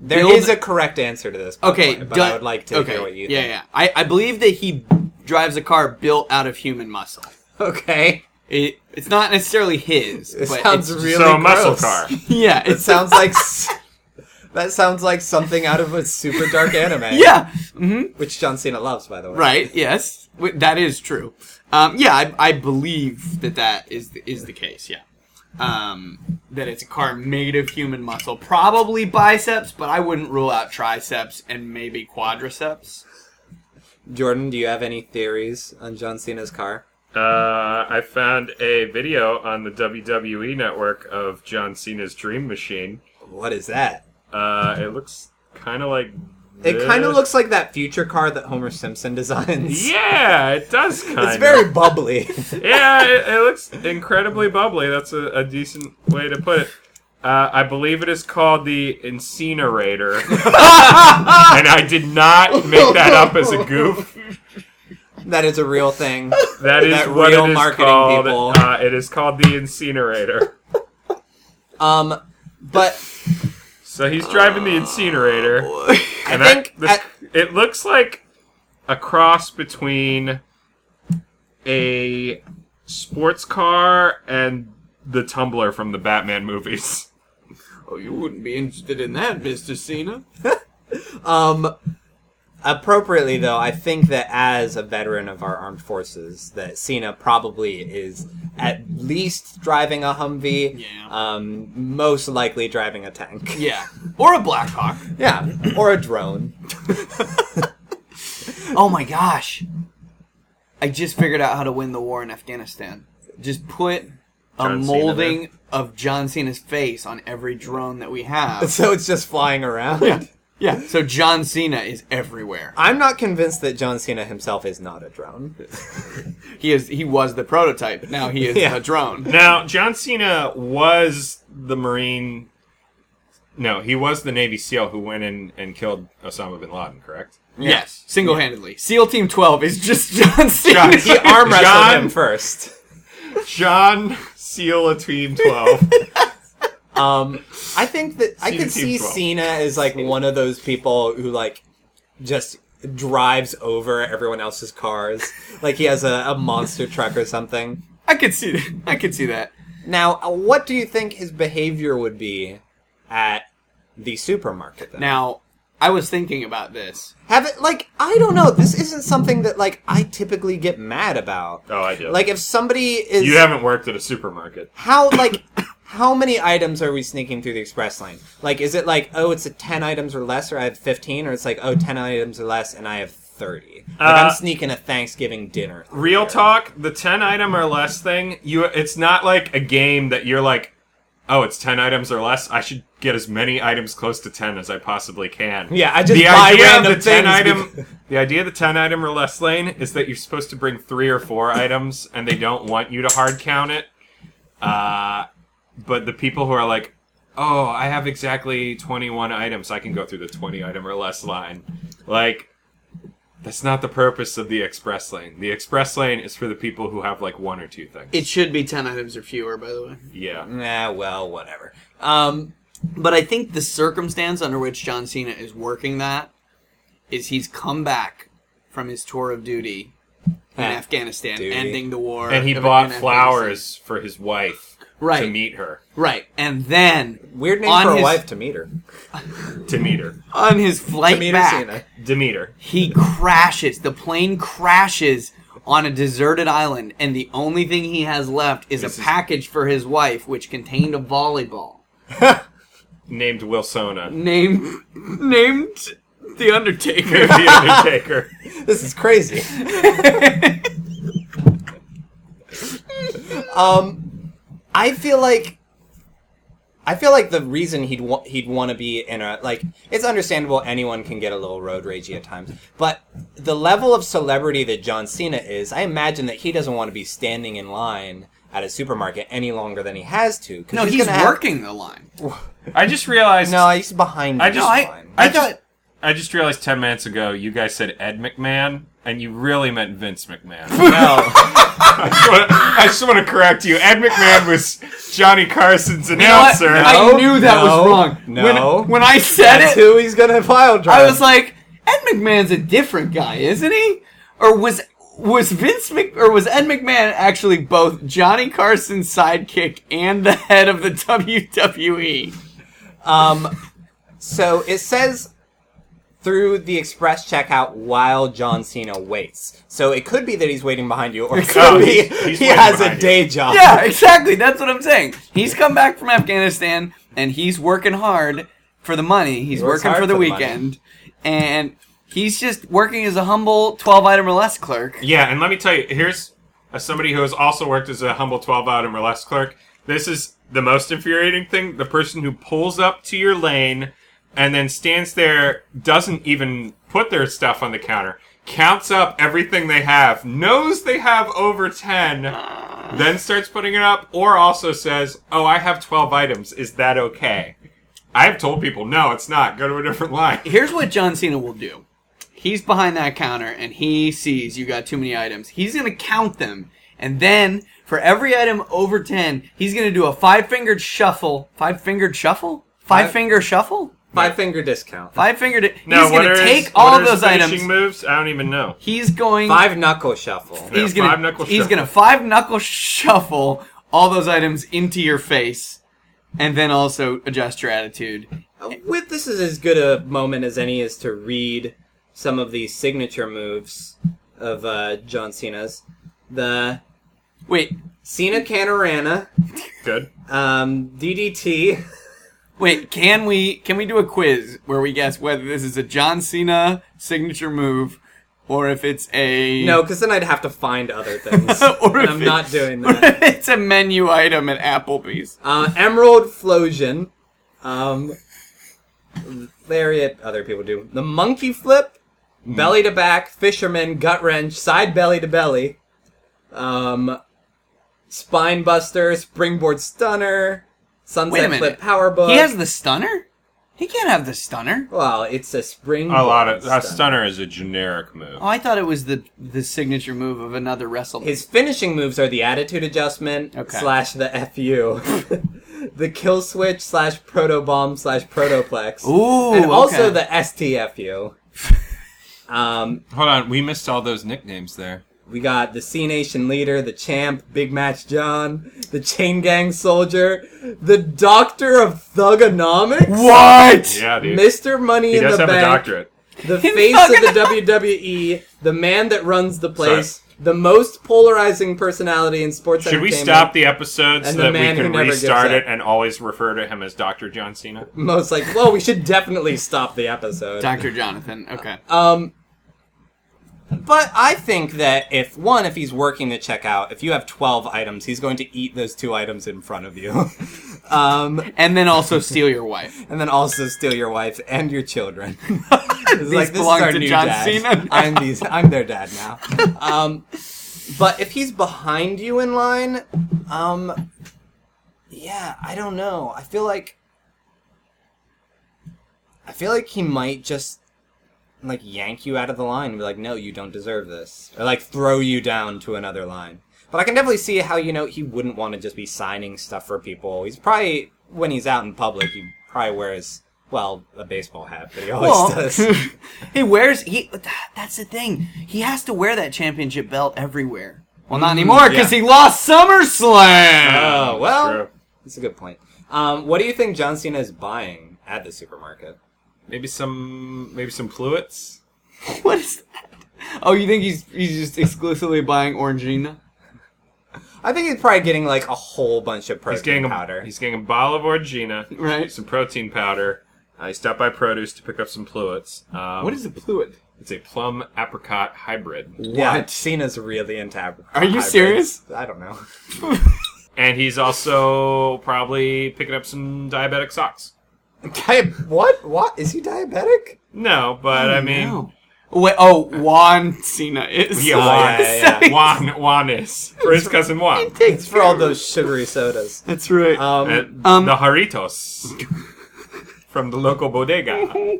Speaker 1: There is
Speaker 2: Build-
Speaker 1: a correct answer to this. by the
Speaker 2: Okay,
Speaker 1: way, but
Speaker 2: do-
Speaker 1: I would like to
Speaker 2: okay,
Speaker 1: hear what you
Speaker 2: yeah,
Speaker 1: think.
Speaker 2: Yeah, I, I believe that he drives a car built out of human muscle.
Speaker 1: Okay.
Speaker 2: It, it's not necessarily his.
Speaker 1: It
Speaker 2: but
Speaker 1: sounds
Speaker 2: it's,
Speaker 1: really
Speaker 3: so a muscle
Speaker 1: gross.
Speaker 3: car.
Speaker 2: [laughs] yeah.
Speaker 1: It
Speaker 2: [laughs] It
Speaker 1: sounds like s- [laughs] that sounds like something out of a super dark anime.
Speaker 2: [laughs] [laughs] yeah. hmm
Speaker 1: which John Cena loves, by the way.
Speaker 2: Right. Yes, Wait, that is true. Um, yeah, I, I believe that that is the, is the case. Yeah. um, that it's a car made of human muscle, probably biceps, but I wouldn't rule out triceps and maybe quadriceps.
Speaker 1: Jordan, do you have any theories on John Cena's car?
Speaker 3: Uh, I found a video on the WWE network of John Cena's Dream Machine.
Speaker 1: What is that?
Speaker 3: Uh, it looks kind of like.
Speaker 1: It kind of
Speaker 3: this.
Speaker 1: looks like that future car that Homer Simpson [laughs] designs.
Speaker 3: Yeah, it does kind of.
Speaker 1: It's very bubbly. [laughs]
Speaker 3: yeah, it, it looks incredibly bubbly. That's a, a decent way to put it. Uh, I believe it is called the
Speaker 1: [laughs]
Speaker 3: incinerator, and I did not make that up as a goof.
Speaker 1: that is a real thing.
Speaker 3: That is
Speaker 1: That
Speaker 3: what
Speaker 1: real
Speaker 3: it is
Speaker 1: marketing
Speaker 3: called.
Speaker 1: people.
Speaker 3: Uh, it is called the incinerator.
Speaker 1: Um, but
Speaker 3: So he's driving the incinerator, and
Speaker 1: I think
Speaker 3: this-
Speaker 1: at-
Speaker 3: it looks like a cross between a sports car and the tumbler from the Batman movies.
Speaker 2: Oh, you wouldn't be interested in that, Mr. Cena.
Speaker 1: Um, appropriately though, I think that as a veteran of our armed forces, that Cena probably is at least driving a Humvee.
Speaker 2: Yeah.
Speaker 1: Um, most likely driving a tank.
Speaker 2: Yeah. Or a Blackhawk.
Speaker 1: [laughs] Yeah, or a drone. [laughs]
Speaker 2: Oh my gosh. I just figured out how to win the war in Afghanistan. Just put a
Speaker 3: John Cena
Speaker 2: molding of John Cena's face on every drone that we have.
Speaker 1: So it's just flying around.
Speaker 2: yeah. Yeah. So John Cena is everywhere.
Speaker 1: I'm not convinced that John Cena himself is not a drone.
Speaker 2: He is he was the prototype. Now he is
Speaker 1: Yeah.
Speaker 2: a drone.
Speaker 4: [laughs] Now, John Cena was the Marine. No, he was the Navy SEAL who went in and killed Osama bin Laden, correct?
Speaker 2: Yes. Single handedly. SEAL Team twelve is just [laughs] John Cena.
Speaker 4: John
Speaker 1: He arm wrestled
Speaker 4: John-
Speaker 1: him first.
Speaker 4: John Seal of
Speaker 1: [laughs]
Speaker 4: Team 12.
Speaker 1: Um, I think that I
Speaker 4: Cena
Speaker 1: could
Speaker 4: Team
Speaker 1: see
Speaker 4: 12.
Speaker 1: Cena as like one of those people who like just drives over everyone else's cars. like he has a, a monster truck or something.
Speaker 2: [laughs] I could see that. I could see that.
Speaker 1: Now, uh, what do you think his behavior would be at the supermarket? Then?
Speaker 2: Now I was thinking about this.
Speaker 1: have it like I don't know. This isn't something that like I typically get mad about.
Speaker 4: Oh, I do.
Speaker 1: Like if somebody is
Speaker 4: you haven't worked at a supermarket.
Speaker 1: how like how many items are we sneaking through the express lane like is it like oh it's a 10 items or less or i have 15 or it's like oh 10 items or less and i have 30 like
Speaker 3: Uh,
Speaker 1: i'm sneaking a thanksgiving dinner through
Speaker 3: Real
Speaker 1: here.
Speaker 3: talk, the 10 item or less thing, you it's not like a game that you're like, oh, it's 10 items or less. I should get as many items close to 10 as I possibly can.
Speaker 1: yeah i
Speaker 3: [laughs]
Speaker 1: just
Speaker 3: The
Speaker 1: buy
Speaker 3: idea of
Speaker 1: random
Speaker 3: the 10
Speaker 1: things
Speaker 3: item [laughs]
Speaker 1: because- [laughs]
Speaker 3: the idea of the 10 item or less lane is that you're supposed to bring 3 or 4 items and they don't want you to hard count it. Uh, but the people who are like, "Oh, I have exactly 21 items. I can go through the 20 item or less line." Like that's not the purpose of the express lane. The express lane is for the people who have like one or two things.
Speaker 2: It should be ten items or fewer, by the way.
Speaker 3: Yeah.
Speaker 1: nah well whatever um
Speaker 2: But I think the circumstance under which John Cena is working that is he's come back from his tour of duty in
Speaker 1: Eh,
Speaker 2: Afghanistan,
Speaker 1: duty.
Speaker 2: ending the war.
Speaker 4: And he
Speaker 2: of- in
Speaker 4: bought
Speaker 2: Afghanistan.
Speaker 4: flowers for his wife
Speaker 2: Right.
Speaker 4: to meet her.
Speaker 2: Right. And then
Speaker 1: weird name
Speaker 2: on
Speaker 1: for a
Speaker 2: his,
Speaker 1: wife to meet her
Speaker 4: To meet her.
Speaker 2: on his
Speaker 1: to
Speaker 2: flight
Speaker 1: meet
Speaker 2: back.
Speaker 1: Cena.
Speaker 4: Demeter.
Speaker 2: He crashes. The plane crashes on a deserted island, and the only thing he has left is
Speaker 4: This
Speaker 2: a
Speaker 4: is-
Speaker 2: package for his wife, which contained a volleyball
Speaker 4: Named Wilsona.
Speaker 2: named named the
Speaker 4: [laughs]
Speaker 2: Undertaker.
Speaker 1: [laughs]
Speaker 4: the Undertaker.
Speaker 1: this is crazy um i feel like I feel like the reason he'd wa- he'd want to be in a like it's understandable anyone can get a little road ragey at times, but the level of celebrity that John Cena is, I imagine that he doesn't want to be standing in line at a supermarket any longer than he has to. 'cause
Speaker 2: No, he's,
Speaker 1: gonna have-
Speaker 2: working the line.
Speaker 4: I just realized.
Speaker 1: no, he's behind.
Speaker 4: I
Speaker 1: the
Speaker 4: just-
Speaker 1: line.
Speaker 4: I
Speaker 2: thought-
Speaker 4: just, I just realized ten minutes ago you guys said Ed McMahon, and you really meant Vince McMahon.
Speaker 1: no.
Speaker 4: [laughs] I just want to correct you. Ed McMahon was Johnny Carson's
Speaker 2: what? [laughs]
Speaker 4: announcer.
Speaker 2: I knew that
Speaker 1: no,
Speaker 2: was wrong.
Speaker 1: no.
Speaker 2: When, when I said
Speaker 1: That's
Speaker 2: it,
Speaker 1: who he's gonna pile drive.
Speaker 2: I was like, Ed McMahon's a different guy, isn't he? Or was was Vince Mc, or was Ed McMahon actually both Johnny Carson's sidekick and the head of the E? WWE?
Speaker 1: Um, so it says through the express checkout while John Cena waits. So it could be that he's waiting behind you, [laughs] or it could
Speaker 3: Oh,
Speaker 1: be
Speaker 3: he's- he's
Speaker 1: he
Speaker 3: waiting
Speaker 1: has a
Speaker 3: behind you.
Speaker 1: day job.
Speaker 2: Yeah, exactly. That's what I'm saying. He's come back from Afghanistan and he's working hard for the money. He's
Speaker 1: works
Speaker 2: working
Speaker 1: hard
Speaker 2: for the
Speaker 1: for the money.
Speaker 2: weekend. and he's just working as a humble 12 item or less clerk.
Speaker 3: Yeah, and let me tell you, here's as somebody who has also worked as a humble 12 item or less clerk. This is the most infuriating thing. The person who pulls up to your lane and then stands there, doesn't even put their stuff on the counter, counts up everything they have, knows they have over 10, then starts putting it up, or also says, Oh, I have 12 items. Is that okay? I've told people, No, it's not. Go to a different line.
Speaker 2: Here's what John Cena will do. He's behind that counter and he sees you got too many items. He's going to count them. And then for every item over 10, he's going to do a five-fingered shuffle. Five-fingered shuffle? Five-finger shuffle?
Speaker 1: Five finger discount.
Speaker 2: Five-fingered
Speaker 3: Now,
Speaker 2: He's
Speaker 3: what
Speaker 2: going to
Speaker 3: are
Speaker 2: take
Speaker 3: his-
Speaker 2: all
Speaker 3: what
Speaker 2: of
Speaker 3: are his
Speaker 2: those items.
Speaker 3: finishing moves? I don't even know.
Speaker 2: He's going
Speaker 1: Five knuckle shuffle.
Speaker 3: Yeah,
Speaker 2: he's gonna
Speaker 3: five knuckle
Speaker 2: he's
Speaker 3: shuffle.
Speaker 2: gonna five knuckle shuffle all those items into your face, and then also adjust your attitude.
Speaker 1: With this is as good a moment as any is to read some of the signature moves of uh, John Cena's. The
Speaker 2: Wait,
Speaker 1: Cena Canarana,
Speaker 3: Good.
Speaker 1: um, DDT.
Speaker 2: wait, can we can we do a quiz where we guess whether this is a John Cena signature move or if it's a
Speaker 1: No, because then I'd have to find other [laughs] things.
Speaker 2: [laughs] or
Speaker 1: and
Speaker 2: if
Speaker 1: I'm
Speaker 2: it-
Speaker 1: not doing
Speaker 2: [laughs] or
Speaker 1: that.
Speaker 2: if it's a menu item at Applebee's?
Speaker 1: Uh, Emerald Flosion. Um, Lariat, other people do. The Monkey Flip,
Speaker 2: Hmm.
Speaker 1: Belly to Back, Fisherman, Gut Wrench, Side Belly to Belly. Um, Spine Buster, Springboard Stunner,
Speaker 2: Wait a
Speaker 1: Sunset Flip
Speaker 2: minute,
Speaker 1: Power Book.
Speaker 2: he has the stunner. He can't have the stunner.
Speaker 1: Well, it's a springboard.
Speaker 4: A lot of a
Speaker 1: stunner.
Speaker 4: stunner is a generic move.
Speaker 2: Oh, I thought it was the the signature move of another wrestler.
Speaker 1: His finishing moves are the attitude adjustment
Speaker 2: Okay.
Speaker 1: slash the fu, [laughs] the kill switch slash proto bomb slash protoplex,
Speaker 2: Ooh,
Speaker 1: and also
Speaker 2: okay.
Speaker 1: the stfu. um,
Speaker 4: Hold on, we missed all those nicknames there.
Speaker 1: we got the C Nation leader, the champ, Big Match John, the chain gang soldier, the doctor of thugonomics,
Speaker 2: what?
Speaker 3: Yeah, dude.
Speaker 1: Mr. Money
Speaker 3: he
Speaker 1: in
Speaker 3: does
Speaker 1: the
Speaker 3: have a
Speaker 1: bank,
Speaker 3: doctorate.
Speaker 1: the face of the WWE, the man that runs the place. The most polarizing personality in sports
Speaker 3: Should we
Speaker 1: entertainment.
Speaker 3: stop the episode so
Speaker 1: And the
Speaker 3: that we
Speaker 1: man who
Speaker 3: can
Speaker 1: never gives
Speaker 3: restart
Speaker 1: up.
Speaker 3: it and always refer to him as Dr. John Cena?
Speaker 1: most like, well, we should definitely stop the episode.
Speaker 2: Dr. Jonathan. Okay.
Speaker 1: Um, but I think that if one, if he's working the checkout, if you have twelve items, he's going to eat those two items in front of you, [laughs] um,
Speaker 2: and then also steal your wife.
Speaker 1: and then also steal your wife and your children. [laughs] It's
Speaker 2: These belong to John Cena now.
Speaker 1: [laughs] I'm these. I'm their dad now. Um, but if he's behind you in line, um, yeah, I don't know. I feel like I feel like he might just like yank you out of the line and be like, "No, you don't deserve this," or like throw you down to another line. But I can definitely see how you know he wouldn't want to just be signing stuff for people. He's probably when he's out in public, he probably wears well a baseball hat, but he
Speaker 3: [laughs]
Speaker 1: always does.
Speaker 2: [laughs] he wears he. That's the thing. He has to wear that championship belt everywhere. Well, not anymore because
Speaker 1: Mm, yeah.
Speaker 2: he lost SummerSlam.
Speaker 1: [laughs] Oh, well,
Speaker 3: True.
Speaker 1: that's a good point. Um, what do you think John Cena is buying at the supermarket?
Speaker 3: Maybe some maybe some fluids?
Speaker 2: [laughs] what is that? Oh, you think he's he's just exclusively buying Orangina?
Speaker 1: I think he's probably getting like a whole bunch of protein
Speaker 3: He's getting a
Speaker 1: powder.
Speaker 3: he's getting a bottle of Orangina,
Speaker 2: Right.
Speaker 3: some protein powder. Uh, he stopped by produce to pick up some fluids. Um,
Speaker 2: What is a fluid?
Speaker 3: It's a plum apricot hybrid,
Speaker 1: yeah,
Speaker 2: What?
Speaker 1: Cena's really into. ab-
Speaker 2: Are you
Speaker 1: hybrids.
Speaker 2: serious?
Speaker 1: I don't know. [laughs]
Speaker 3: and he's also probably picking up some diabetic socks.
Speaker 1: Di- what? What is he diabetic?
Speaker 3: No,
Speaker 1: Oh,
Speaker 3: but I mean,
Speaker 2: No. Wait, oh, Juan Cena is.
Speaker 3: yeah,
Speaker 1: Oh,
Speaker 3: Juan,
Speaker 1: yeah, yeah.
Speaker 3: Juan, Juan is for his cousin Juan.
Speaker 1: It's for all those sugary sodas.
Speaker 2: [laughs] That's right.
Speaker 1: Um,
Speaker 3: And
Speaker 2: Um,
Speaker 3: Uh, the Haritos [laughs] from the local bodega.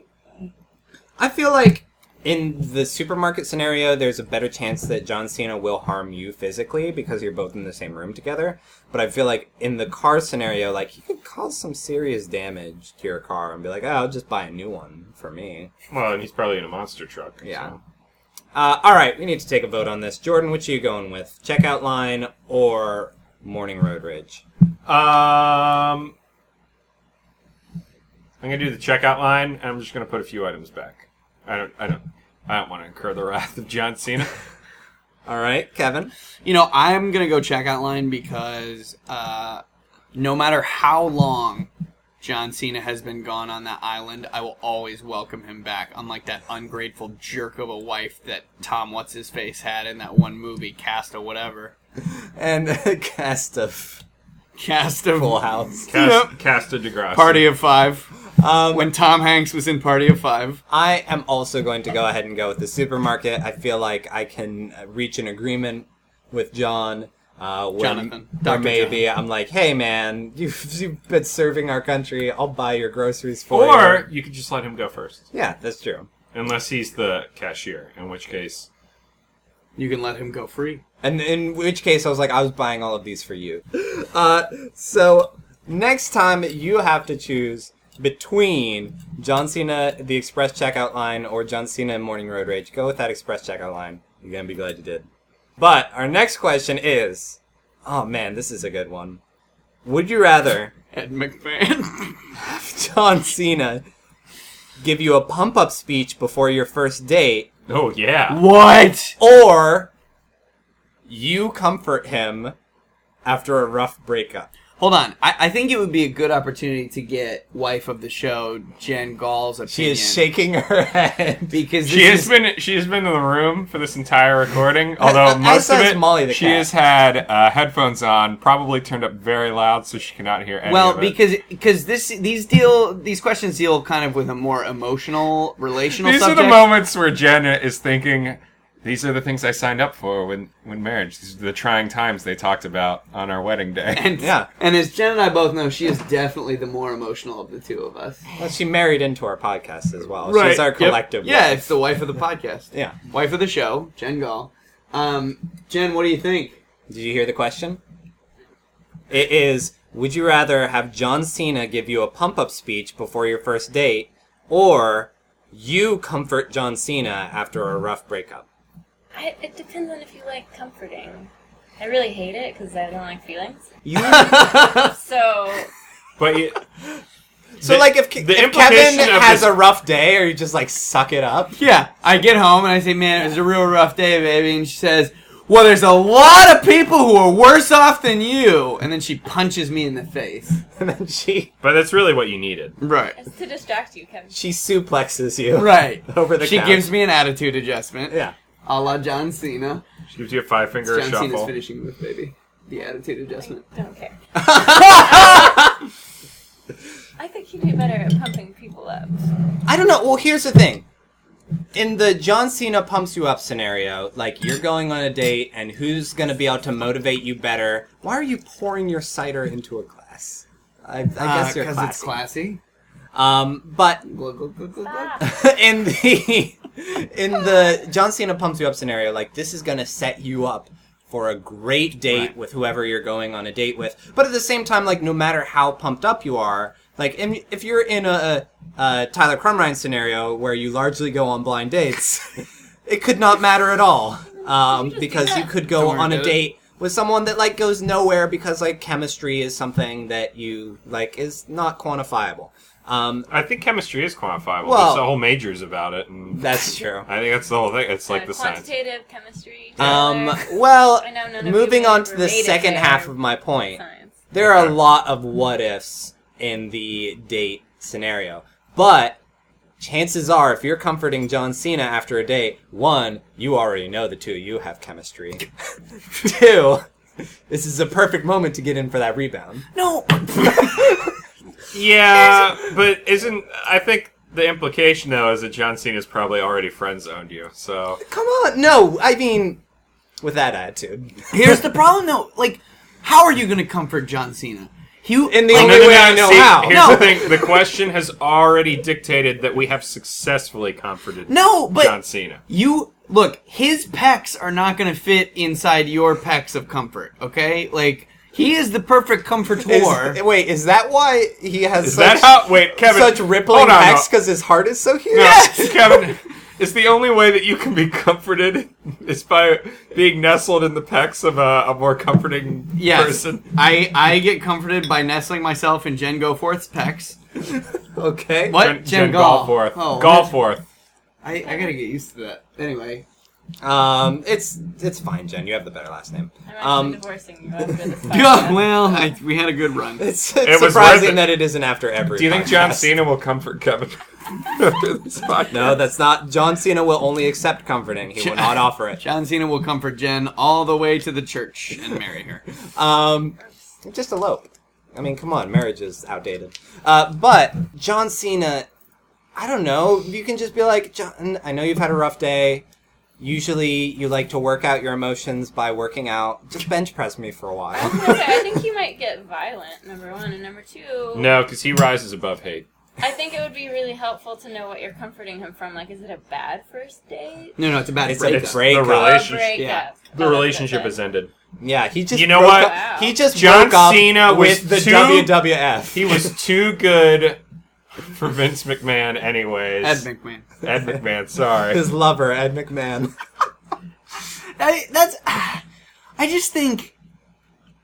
Speaker 1: I feel like in the supermarket scenario, there's a better chance that John Cena will harm you physically because you're both in the same room together. But I feel like in the car scenario, like he could cause some serious damage to your car and be like, oh, I'll just buy a new one for me.
Speaker 3: Well, and he's probably in a monster truck.
Speaker 1: Yeah. Uh, all right, we need to take a vote on this. Jordan, which are you going with? Checkout line or Morning Road Rage?
Speaker 3: so. Um, I'm gonna do the checkout line, and I'm just gonna put a few items back. I don't. I don't. I don't want to incur the wrath of John
Speaker 2: [laughs]
Speaker 3: Cena.
Speaker 1: All right, Kevin.
Speaker 2: You know, I'm gonna go checkout line because uh, no matter how long John Cena has been gone on that island, I will always welcome him back. Unlike that ungrateful jerk of a wife that Tom What's His Face had in that one movie, Cast or whatever.
Speaker 1: And [laughs] cast of
Speaker 2: Cast of
Speaker 1: Full House.
Speaker 3: Cast, Casta DeGrasse.
Speaker 2: Party of Five.
Speaker 1: Um,
Speaker 2: When Tom Hanks was in Party of Five.
Speaker 1: I am also going to go ahead and go with the supermarket. I feel like I can uh, reach an agreement with John. Uh, where,
Speaker 2: Jonathan.
Speaker 1: Or
Speaker 2: Dr.
Speaker 1: maybe I'm like, hey man, [laughs] you've, you've been serving our country. I'll buy your groceries for you.
Speaker 3: Or you could just let him go first,
Speaker 1: Yeah, that's true.
Speaker 3: unless he's the cashier, in which case.
Speaker 2: You can let him go free.
Speaker 1: And in which case, I was like, I was buying all of these for you. Uh, so next time you have to choose between John Cena, the express checkout line, or John Cena and Morning Road Rage. Go with that express checkout line. You're gonna be glad you did. But our next question is, oh man, this is a good one. Would you rather [laughs]
Speaker 2: Ed McMahon. [laughs]
Speaker 1: John Cena give you a pump up speech before your first date,
Speaker 3: Oh yeah.
Speaker 2: what?
Speaker 1: or you comfort him after a rough breakup?
Speaker 2: Hold on. I, I think it would be a good opportunity to get wife of the show, Jen Gall's opinion.
Speaker 1: She is shaking her
Speaker 3: [laughs]
Speaker 1: head.
Speaker 2: Because this
Speaker 3: She has
Speaker 2: is-
Speaker 3: been she has been in the room for this entire recording. Although
Speaker 1: as
Speaker 3: most of
Speaker 1: has
Speaker 3: it,
Speaker 1: Molly the
Speaker 3: she
Speaker 1: cat.
Speaker 3: has had uh, headphones on, probably turned up very loud, so she cannot hear any
Speaker 2: well
Speaker 3: of it.
Speaker 2: because because this these deal these questions deal kind of with a more emotional relational
Speaker 3: these
Speaker 2: subject.
Speaker 3: are the moments where Jenna is thinking. These are the things I signed up for when when marriage. These are the trying times they talked about on our wedding day.
Speaker 2: and
Speaker 1: Yeah.
Speaker 2: and as Jen and I both know, she is definitely the more emotional of the two of us.
Speaker 1: Well, she married into our podcast as well.
Speaker 3: Right,
Speaker 1: She's our
Speaker 3: yep.
Speaker 1: collective.
Speaker 2: Yeah,
Speaker 1: one.
Speaker 2: it's the wife of the podcast.
Speaker 1: Yeah.
Speaker 2: wife of the show, Jen Gall. Um, Jen, what do you think?
Speaker 1: Did you hear the question? It is Would you rather have John Cena give you a pump up speech before your first date or you comfort John Cena after a rough breakup?
Speaker 5: I, it depends on if you like comforting. I really hate it because I don't like feelings.
Speaker 1: [laughs] You
Speaker 5: So
Speaker 3: [laughs] But it,
Speaker 1: So,
Speaker 3: The-
Speaker 1: like, if,
Speaker 3: the
Speaker 1: if Kevin
Speaker 3: implication of
Speaker 1: has
Speaker 3: this-
Speaker 1: a rough day, are you just like, suck it up? [laughs]
Speaker 2: Yeah, I get home and I say, "Man, it was a real rough day, baby." And she says, "Well, there's a lot of people who are worse off than you." And then she punches me in the face.
Speaker 1: And then she,
Speaker 3: but that's really what you needed.
Speaker 2: Right.
Speaker 5: it's to distract you, Kevin.
Speaker 1: she suplexes you.
Speaker 2: Right.
Speaker 1: [laughs] Over the
Speaker 2: she
Speaker 1: couch.
Speaker 2: gives me an attitude adjustment.
Speaker 1: Yeah.
Speaker 2: A la John Cena.
Speaker 3: She gives you a five finger
Speaker 2: John Cena's
Speaker 3: shuffle.
Speaker 2: finishing move, baby. The attitude adjustment.
Speaker 1: [laughs]
Speaker 5: Don't care. I think you do better at pumping people up.
Speaker 1: I don't know. Well, here's the thing. In the John Cena pumps you up scenario, like you're going on a date and who's going to be able to motivate you better? Why are you pouring your cider into a glass? I, I guess you're
Speaker 2: because
Speaker 1: classy.
Speaker 2: Uh, it's classy.
Speaker 1: Um, but
Speaker 2: Glug, glug, glug, glug, glug.
Speaker 5: Ah,
Speaker 1: [laughs] in the in the John Cena pumps you up scenario, like this is gonna set you up for a great date
Speaker 2: Right.
Speaker 1: with whoever you're going on a date with. But at the same time, like no matter how pumped up you are, like in, if you're in a, a Tyler Crumrine scenario where you largely go on blind dates, [laughs] it could not matter at all um, because you could go
Speaker 2: Don't worry
Speaker 1: on a
Speaker 2: about it.
Speaker 1: date with someone that like goes nowhere because like chemistry is something that you like is not quantifiable. Um,
Speaker 3: I think chemistry is quantifiable.
Speaker 1: Well-
Speaker 3: There's a whole majors about it, and
Speaker 2: [laughs]
Speaker 1: that's true.
Speaker 3: I think that's the whole thing. It's like
Speaker 5: uh,
Speaker 3: the science.
Speaker 5: quantitative chemistry.
Speaker 1: Um,
Speaker 5: Tyler.
Speaker 1: well,
Speaker 5: [laughs] I know none of you
Speaker 1: moving on
Speaker 5: really
Speaker 1: to the
Speaker 5: related
Speaker 1: second
Speaker 5: there.
Speaker 1: half of my point,
Speaker 5: science.
Speaker 1: there are a
Speaker 3: Okay.
Speaker 1: lot of what ifs in the date scenario. But chances are, if you're comforting John Cena after a date, one, you already know the two of you have chemistry. [laughs] two, this is a perfect moment to get in for that rebound.
Speaker 2: No.
Speaker 3: Yeah, but isn't I think the implication though is that John Cena's probably already friend zoned you. So
Speaker 1: Come on, no, I mean, with that attitude.
Speaker 2: Here's the problem, though. Like, how are you going to comfort John Cena? He
Speaker 1: In the
Speaker 3: Oh,
Speaker 2: like,
Speaker 1: only way I know
Speaker 3: see,
Speaker 1: how.
Speaker 3: Here's
Speaker 2: No.
Speaker 3: the thing: the question has already dictated that we have successfully comforted
Speaker 2: No, but-
Speaker 3: John Cena.
Speaker 2: you look. His pecs are not going to fit inside your pecs of comfort. Okay, like he is the perfect
Speaker 1: Is-
Speaker 2: comfortor.
Speaker 1: wait, is that why he has
Speaker 3: Is that
Speaker 1: such,
Speaker 3: how? Wait, Kevin.
Speaker 1: such rippling
Speaker 3: hold on,
Speaker 1: pecs
Speaker 3: no.
Speaker 1: [laughs] because his heart is so huge?
Speaker 3: No, [laughs] Kevin. It's the only way that you can be comforted [laughs] is by being nestled in the pecs of a, a more comforting
Speaker 2: yes,
Speaker 3: person.
Speaker 2: I I get comforted by nestling myself in Jen Goforth's pecs.
Speaker 1: [laughs] Okay.
Speaker 2: What
Speaker 3: Jen,
Speaker 2: Jen,
Speaker 3: Jen
Speaker 2: Gall?
Speaker 3: Galforth.
Speaker 2: Oh,
Speaker 3: Galforth.
Speaker 2: I I, I gotta get used to that. Anyway,
Speaker 1: Um, it's it's fine, Jen. You have the better last name.
Speaker 5: I'm actually
Speaker 1: Um,
Speaker 5: divorcing you
Speaker 1: [laughs]
Speaker 5: after this
Speaker 1: Yeah.
Speaker 2: [laughs]
Speaker 5: podcast.
Speaker 2: well, I, we had a good run.
Speaker 1: it's, it's
Speaker 3: It was worth
Speaker 1: surprising
Speaker 3: it.
Speaker 1: that it isn't after every.
Speaker 3: Do you think John
Speaker 1: podcast.
Speaker 3: Cena will comfort Kevin after this podcast?
Speaker 1: No, that's not. John Cena will only accept comforting.
Speaker 3: [laughs]
Speaker 1: He will not offer it.
Speaker 2: John Cena will comfort Jen all the way to the church and marry her.
Speaker 1: Um, just elope. I mean, come on, marriage is outdated. Uh, but John Cena, I don't know. You can just be like, John, I know you've had a rough day. Usually, you like to work out your emotions by working out. Just bench press me for a
Speaker 5: I was
Speaker 1: while.
Speaker 5: gonna say, I think you might get violent, number one. And number two,
Speaker 3: No, because he rises above hate.
Speaker 5: I think it would be really helpful to know what you're comforting him from. Like, is it a bad first date?
Speaker 2: No, no, it's a bad
Speaker 1: It's a
Speaker 2: breakup.
Speaker 1: break-
Speaker 3: the
Speaker 1: Breakup.
Speaker 5: A
Speaker 3: relationship.
Speaker 5: breakup.
Speaker 2: yeah.
Speaker 5: Oh,
Speaker 3: The
Speaker 5: that's
Speaker 3: relationship
Speaker 5: what it
Speaker 3: has ended.
Speaker 1: Yeah, he just
Speaker 3: You know
Speaker 1: broke
Speaker 3: what?
Speaker 1: Up, he just
Speaker 3: John
Speaker 1: broke up
Speaker 3: Cena
Speaker 1: with
Speaker 3: was
Speaker 1: the
Speaker 3: too-
Speaker 1: WWF.
Speaker 3: He was too good for Vince McMahon, anyways.
Speaker 2: Ed McMahon.
Speaker 3: Ed McMahon, sorry.
Speaker 1: his lover Ed
Speaker 3: [laughs]
Speaker 1: McMahon.
Speaker 2: I, that's. [sighs] I just think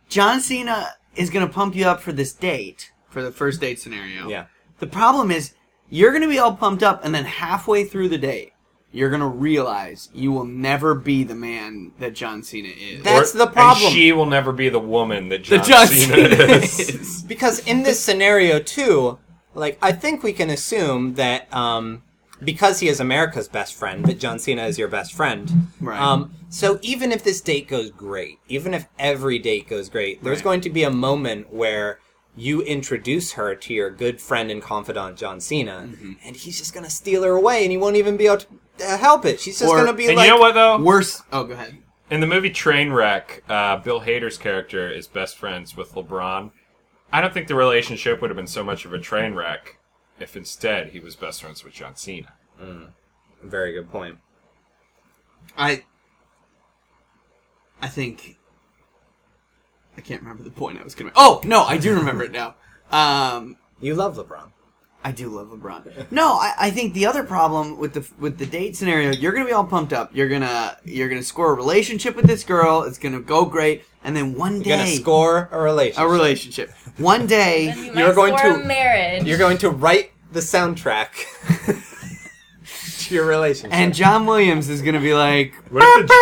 Speaker 2: John Cena is gonna pump you up for this date for the first date scenario.
Speaker 1: yeah,
Speaker 2: The problem is you're gonna be all pumped up, and then halfway through the date, you're gonna realize you will never be the man that John Cena is.
Speaker 1: That- That's the problem.
Speaker 3: And she will never be the woman that
Speaker 2: the
Speaker 3: John,
Speaker 2: John
Speaker 3: Cena,
Speaker 2: Cena
Speaker 3: is. [laughs]
Speaker 2: is.
Speaker 1: because in this scenario too, like I think we can assume that um, because he is America's best friend, that John Cena is your best friend.
Speaker 2: Right.
Speaker 1: [laughs] Um, so even if this date goes great, even if every date goes great, there's
Speaker 2: Right.
Speaker 1: going to be a moment where you introduce her to your good friend and confidant John Cena, and he's just gonna steal her away, and he won't even be able to uh, help it. She's just
Speaker 2: Or-
Speaker 1: gonna be
Speaker 3: And
Speaker 1: like,
Speaker 3: you know what though?
Speaker 2: Worse. Oh, go ahead.
Speaker 3: In the movie Trainwreck, uh, Bill Hader's character is best friends with LeBron. I don't think the relationship would have been so much of a train wreck if instead he was best friends with John Cena.
Speaker 1: Very good point.
Speaker 2: I I think I can't remember the point I was gonna. Oh no, I do remember
Speaker 1: [laughs]
Speaker 2: it now. Um,
Speaker 1: You love LeBron.
Speaker 2: I do love LeBron. No, I, I think the other problem with the with the date scenario, you're gonna be all pumped up. You're gonna you're gonna score a relationship with this girl. It's gonna go great, and then one
Speaker 1: You're gonna
Speaker 2: day
Speaker 1: score a relationship.
Speaker 2: a relationship. One
Speaker 1: [laughs]
Speaker 2: day
Speaker 5: Then you
Speaker 1: You're
Speaker 5: might
Speaker 1: going
Speaker 5: score
Speaker 1: to-
Speaker 5: a marriage.
Speaker 1: You're going to write the soundtrack to your relationship.
Speaker 2: And John Williams is gonna be like,
Speaker 3: What if the,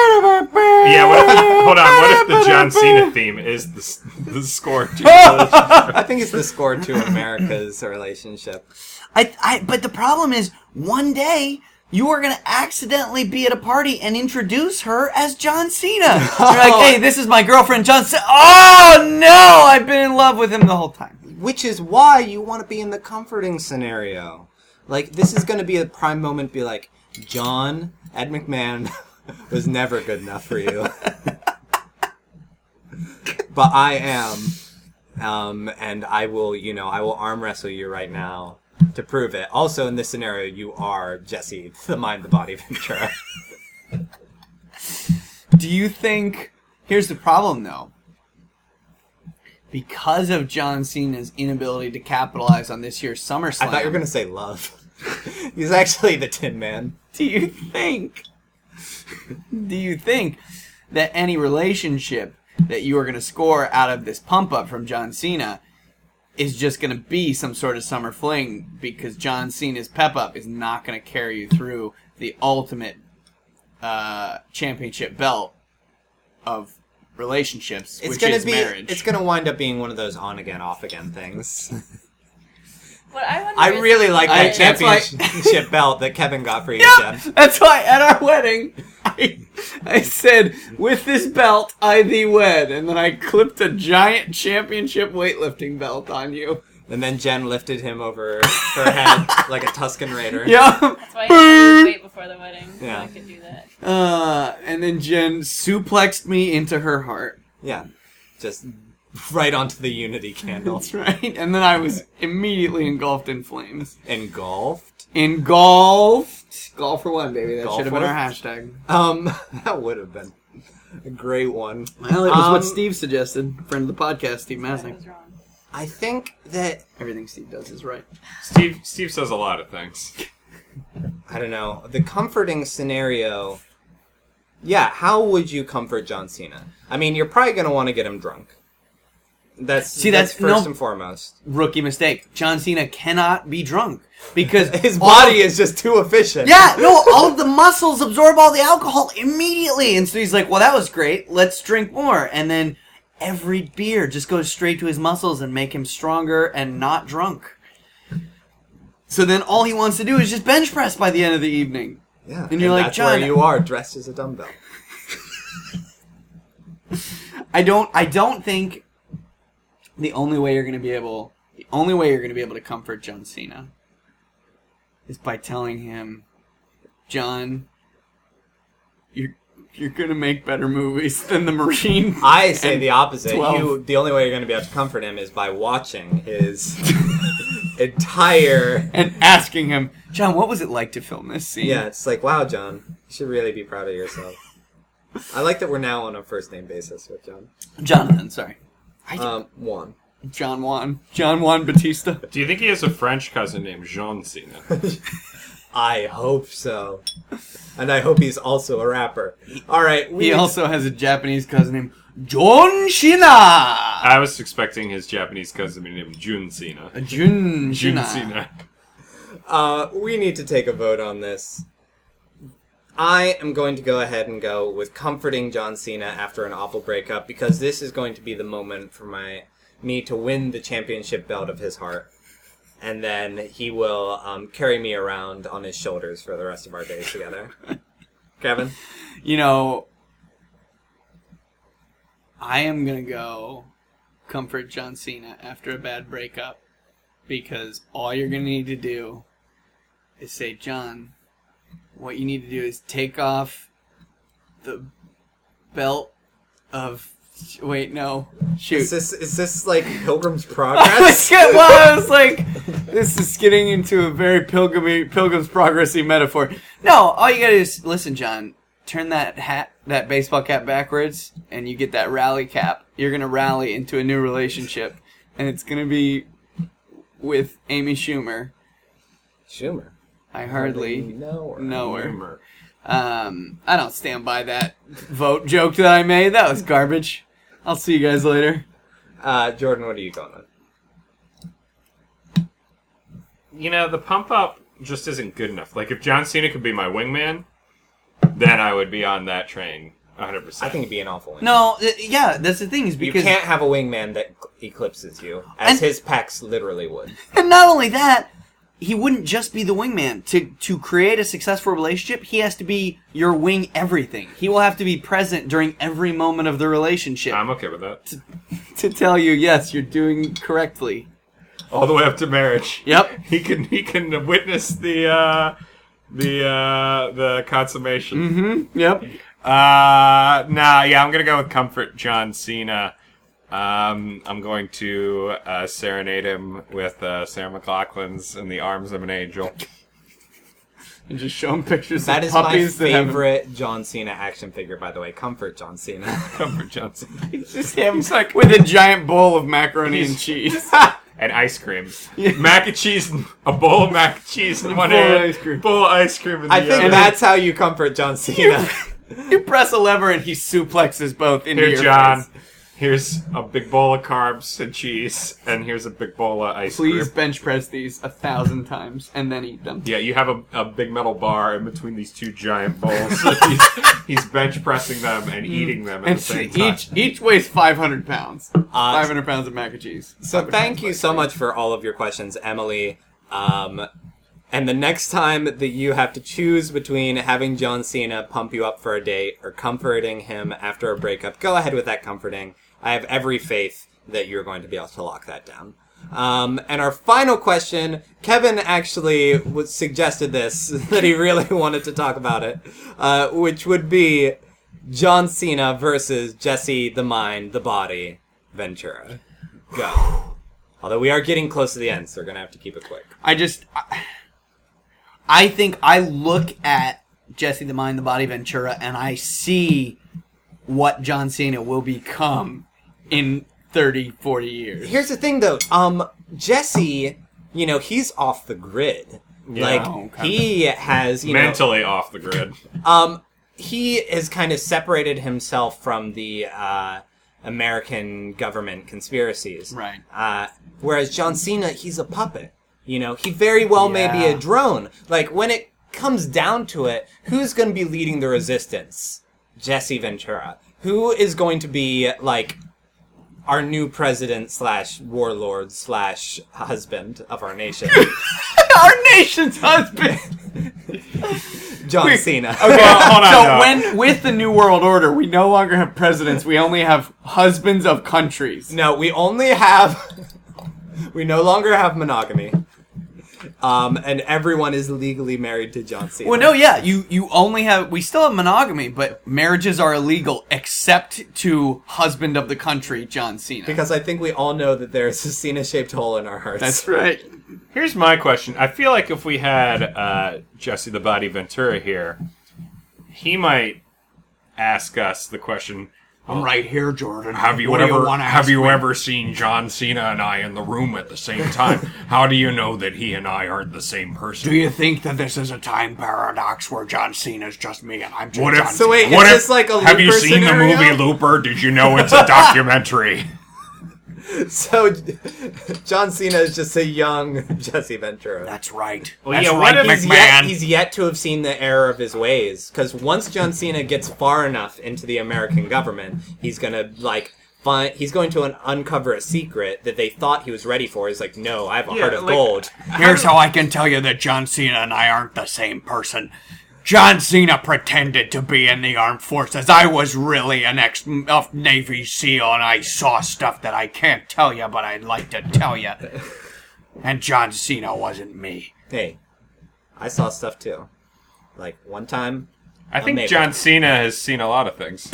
Speaker 3: yeah, what if the, hold on, what if the John Cena theme is the, s- the score to your relationship?
Speaker 1: [laughs] I think it's the score to America's relationship.
Speaker 2: I, I, but the problem is, one day you are going to accidentally be at a party and introduce her as
Speaker 1: [laughs]
Speaker 2: John Cena. You're like, hey, this is my girlfriend, John Cena. Oh no, I've been in love with him the whole time.
Speaker 1: Which is why you want to be in the comforting scenario. Like, this is going to be a prime moment, be like, John, Ed McMahon [laughs] was never good enough for you. [laughs] but I am. Um, and I will, you know, I will arm wrestle you right now to prove it. Also, in this scenario, you are Jesse, the mind, the body, Ventura.
Speaker 2: Do you think? Here's the problem, though. Because of John Cena's inability to capitalize on this year's SummerSlam,
Speaker 1: I thought you were going to say love. [laughs] He's actually the Tin Man.
Speaker 2: do you think do you think that any relationship that you are going to score out of this pump up from John Cena is just going to be some sort of summer fling because John Cena's pep up is not going to carry you through the ultimate uh, championship belt of relationships,
Speaker 1: It's
Speaker 2: which
Speaker 1: gonna
Speaker 2: is
Speaker 1: be.
Speaker 2: marriage.
Speaker 1: It's gonna wind up being one of those on again, off again things.
Speaker 5: What I, wonder
Speaker 1: I
Speaker 5: is-
Speaker 1: really like
Speaker 2: I-
Speaker 1: that
Speaker 2: that's
Speaker 1: [laughs]
Speaker 2: why-
Speaker 1: championship belt that Kevin got for you, Jen.
Speaker 2: That's why at our wedding, I, I said, "With this belt, I thee wed," and then I clipped a giant championship weightlifting belt on you.
Speaker 1: And then Jen lifted him over her head like a Tuscan Raider.
Speaker 2: Yeah.
Speaker 5: That's why I had to wait before the wedding so
Speaker 1: Yeah.
Speaker 5: I could do that.
Speaker 2: [laughs] Uh, and then Jen suplexed me into her heart. [laughs]
Speaker 1: Yeah. Just right onto the unity candle.
Speaker 2: That's right. And then I was immediately engulfed in flames.
Speaker 1: Engulfed.
Speaker 2: Engulfed. Golf for one, baby. That
Speaker 1: Golf
Speaker 2: should have been
Speaker 1: for-
Speaker 2: our hashtag.
Speaker 1: Um, [laughs] that would have been a great one.
Speaker 2: Well, it was
Speaker 1: Um,
Speaker 2: what Steve suggested. Friend of the podcast, Steve
Speaker 5: I
Speaker 2: Masnick.
Speaker 5: was wrong.
Speaker 1: I think that
Speaker 2: Everything Steve does is right.
Speaker 3: Steve Steve says a lot of things.
Speaker 1: I don't know the comforting scenario. Yeah, how would you comfort John Cena? I mean, you're probably gonna want to get him drunk. That's
Speaker 2: See, that's
Speaker 1: first
Speaker 2: no-
Speaker 1: and foremost. [laughs]
Speaker 2: Rookie mistake. John Cena cannot be drunk because
Speaker 1: [laughs] His
Speaker 2: all-
Speaker 1: body is just too efficient.
Speaker 2: [laughs] Yeah, no, all of the muscles absorb all the alcohol immediately. And so he's like, well, that was great. Let's drink more. And then every beer just goes straight to his muscles and make him stronger and not drunk. So then all he wants to do is just bench press by the end of the evening.
Speaker 1: yeah.
Speaker 2: And you're like,
Speaker 1: that's
Speaker 2: "John-
Speaker 1: where you are dressed as a dumbbell.
Speaker 2: I don't I don't think the only way you're going to be able the only way you're going to be able to comfort John Cena is by telling him John you're you're going to make better movies than the Marine.
Speaker 1: I say
Speaker 2: And
Speaker 1: the opposite.
Speaker 2: 12.
Speaker 1: You, the only way you're going to be able to comfort him is by watching his entire.
Speaker 2: [laughs] and asking him, "John, what was it like to film this scene?"
Speaker 1: Yeah, it's like, wow, John, you should really be proud of yourself. I like that we're now on a first name basis with John.
Speaker 2: Jonathan, sorry.
Speaker 1: Um, one.
Speaker 2: John Juan. John Juan Batista.
Speaker 3: Do you think he has a French cousin named Jean Cena?
Speaker 1: I hope so. And I hope he's also a rapper. All right. We
Speaker 2: He also has a Japanese cousin named John Shina.
Speaker 3: I was expecting his Japanese cousin to be named Jun Cena.
Speaker 2: Jun
Speaker 3: Jun
Speaker 2: Shina.
Speaker 3: Cena.
Speaker 1: Uh, we need to take a vote on this. I am going to go ahead and go with comforting John Cena after an awful breakup because this is going to be the moment for my me to win the championship belt of his heart, and then he will um, carry me around on his shoulders for the rest of our days together. Kevin,
Speaker 2: You know, I am gonna go comfort John Cena after a bad breakup because all you're gonna need to do is say, John, what you need to do is take off the belt of. Wait, no. Shoot.
Speaker 1: is this is this like
Speaker 2: [laughs]
Speaker 1: Pilgrim's
Speaker 2: I was
Speaker 1: Progress?
Speaker 2: get- well, I was like, this is getting into a very pilgrim pilgrim's progressy metaphor. No, all you gotta do is listen, John. Turn that hat, that baseball cap backwards, and you get that rally cap. You're gonna rally into a new relationship, and it's gonna be with Amy Schumer.
Speaker 1: Schumer,
Speaker 2: I hardly
Speaker 1: no,
Speaker 2: know her.
Speaker 3: Humor.
Speaker 2: Um, I don't stand by that vote joke that I made. That was garbage. I'll see you guys later.
Speaker 1: Uh, Jordan, what are you going with?
Speaker 3: You know, the pump up just isn't good enough. Like, if John Cena could be my wingman, then I would be on that train 100%.
Speaker 1: I think it'd be an awful. win.
Speaker 2: No, th- yeah, that's the thing is
Speaker 1: You
Speaker 2: because
Speaker 1: can't have a wingman that eclipses you, as
Speaker 2: And-
Speaker 1: his pecs literally would.
Speaker 2: And not only that, he wouldn't just be the wingman. To to create a successful relationship, he has to be your wing everything. He will have to be present during every moment of the relationship
Speaker 3: I'm okay with that.
Speaker 2: to tell you, yes, you're doing correctly.
Speaker 3: All the way up to marriage.
Speaker 2: Yep.
Speaker 3: He can he can witness the uh, the uh, the consummation.
Speaker 2: Mm-hmm. Yep.
Speaker 3: Uh, nah, yeah, I'm gonna go with comfort John Cena. Um, I'm going to uh, serenade him with uh, Sarah McLaughlin's "In the Arms of an
Speaker 2: [laughs]
Speaker 3: Angel."
Speaker 2: And just show him pictures
Speaker 1: That
Speaker 2: of
Speaker 1: is my
Speaker 2: puppies that have-
Speaker 1: favorite John Cena action figure, by the way. Comfort John Cena. [laughs]
Speaker 3: comfort John Cena
Speaker 2: just him like [laughs] with a giant bowl of macaroni and [laughs] cheese.
Speaker 3: and ice cream, mac and cheese, a bowl of mac and cheese in one
Speaker 2: bowl of
Speaker 3: hand,
Speaker 2: ice cream.
Speaker 3: bowl of ice cream in the
Speaker 1: I think
Speaker 3: other.
Speaker 1: that's how you comfort John
Speaker 2: [laughs]
Speaker 1: Cena.
Speaker 2: you press a lever and he suplexes both into
Speaker 3: Here,
Speaker 2: your
Speaker 3: John.
Speaker 2: face.
Speaker 3: Here's a big bowl of carbs and cheese, and here's a big bowl of ice
Speaker 2: Please
Speaker 3: cream.
Speaker 2: bench press these a thousand times and then eat them.
Speaker 3: Yeah, you have a, a big metal bar in between these two giant [laughs] bowls. he's, he's bench pressing them Mm. and eating them at
Speaker 2: And
Speaker 3: the same time.
Speaker 2: each each weighs 500 pounds.
Speaker 1: Uh,
Speaker 2: 500 pounds of mac and cheese.
Speaker 1: so thank you so much for all of your questions, Emily. Um, and the next time that you have to choose between having John Cena pump you up for a date or comforting him after a breakup, go ahead with that comforting. I have every faith that you're going to be able to lock that down. Um, and our final question, Kevin actually was suggested this [laughs] that he really wanted to talk about it, uh, which would be John Cena versus Jesse the Mind, the Body, Ventura. Go. Although we are getting close to the end, so we're gonna have to keep it quick.
Speaker 2: I just, I, I think I look at Jesse the Mind, the Body Ventura, and I see what John Cena will become in 30, 40 years.
Speaker 1: Here's the thing, though. Um, Jesse, you know, he's off the grid. Like
Speaker 2: Oh, kinda.
Speaker 1: he has, you know,
Speaker 3: mentally off the grid.
Speaker 1: Um, he has kind of separated himself from the uh, American government conspiracies.
Speaker 2: Right. [laughs]
Speaker 1: Uh, whereas John Cena, he's a puppet. You know, he very well may be
Speaker 2: Yeah.
Speaker 1: a drone. Like when it comes down to it, who's going to be leading the resistance? Jesse Ventura. Who is going to be like our new president slash warlord slash husband of our
Speaker 2: [laughs]
Speaker 1: nation?
Speaker 2: Our nation's husband.
Speaker 1: John
Speaker 2: Wait, [laughs]
Speaker 1: Cena.
Speaker 4: Well, hold on,
Speaker 2: so
Speaker 4: though.
Speaker 2: when with the new world order, we no longer have presidents. We only have husbands of
Speaker 1: [laughs]
Speaker 2: countries.
Speaker 1: No, we only have. [laughs] we no longer have monogamy. Um, and everyone is legally married to John Cena.
Speaker 2: Well, no, yeah, you you only have we still have monogamy, but marriages are illegal except to husband of the country, John Cena.
Speaker 1: Because I think we all know that there's a Cena shaped hole in our hearts.
Speaker 2: that's right.
Speaker 3: [laughs] Here's my question. I feel like if we had uh, Jesse the Body Ventura here, he might ask us the question:
Speaker 2: I'm right here, Jordan.
Speaker 3: Have you
Speaker 2: What do
Speaker 3: ever
Speaker 2: wanna
Speaker 3: have
Speaker 2: ask
Speaker 3: you
Speaker 2: me?
Speaker 3: ever seen John Cena and I in the room at the same [laughs] time? How do you know that he and I aren't the same person?
Speaker 2: Do you think that this is a time paradox where John Cena's just me and I'm just
Speaker 3: What
Speaker 2: John
Speaker 3: if?
Speaker 1: So wait,
Speaker 3: what
Speaker 1: is
Speaker 3: if-
Speaker 1: this like a
Speaker 3: Have you
Speaker 1: Looper
Speaker 3: seen
Speaker 1: scenario?
Speaker 3: the movie Looper? Did you know it's
Speaker 1: [laughs]
Speaker 3: a documentary?
Speaker 1: [laughs] So John Cena is just a young [laughs] Jesse Ventura.
Speaker 2: That's right.
Speaker 3: Well, yeah, what if-
Speaker 1: He's yet, he's yet to have seen the error of his ways. Because once John Cena gets far enough into the American government, he's gonna like find. He's going to un- uncover a secret that they thought he was ready for. He's like, no, I have a
Speaker 3: Yeah,
Speaker 1: heart of
Speaker 3: like-
Speaker 1: gold.
Speaker 2: Here's how I can tell you that John Cena and I aren't the same person. John Cena pretended to be in the armed forces. I was really an ex uh, Navy SEAL, and I saw stuff that I can't tell you, but I'd like to tell you. And John Cena wasn't me.
Speaker 1: Hey, I saw stuff too. Like one time,
Speaker 3: I think
Speaker 1: maybe.
Speaker 3: John Cena has seen a lot of things.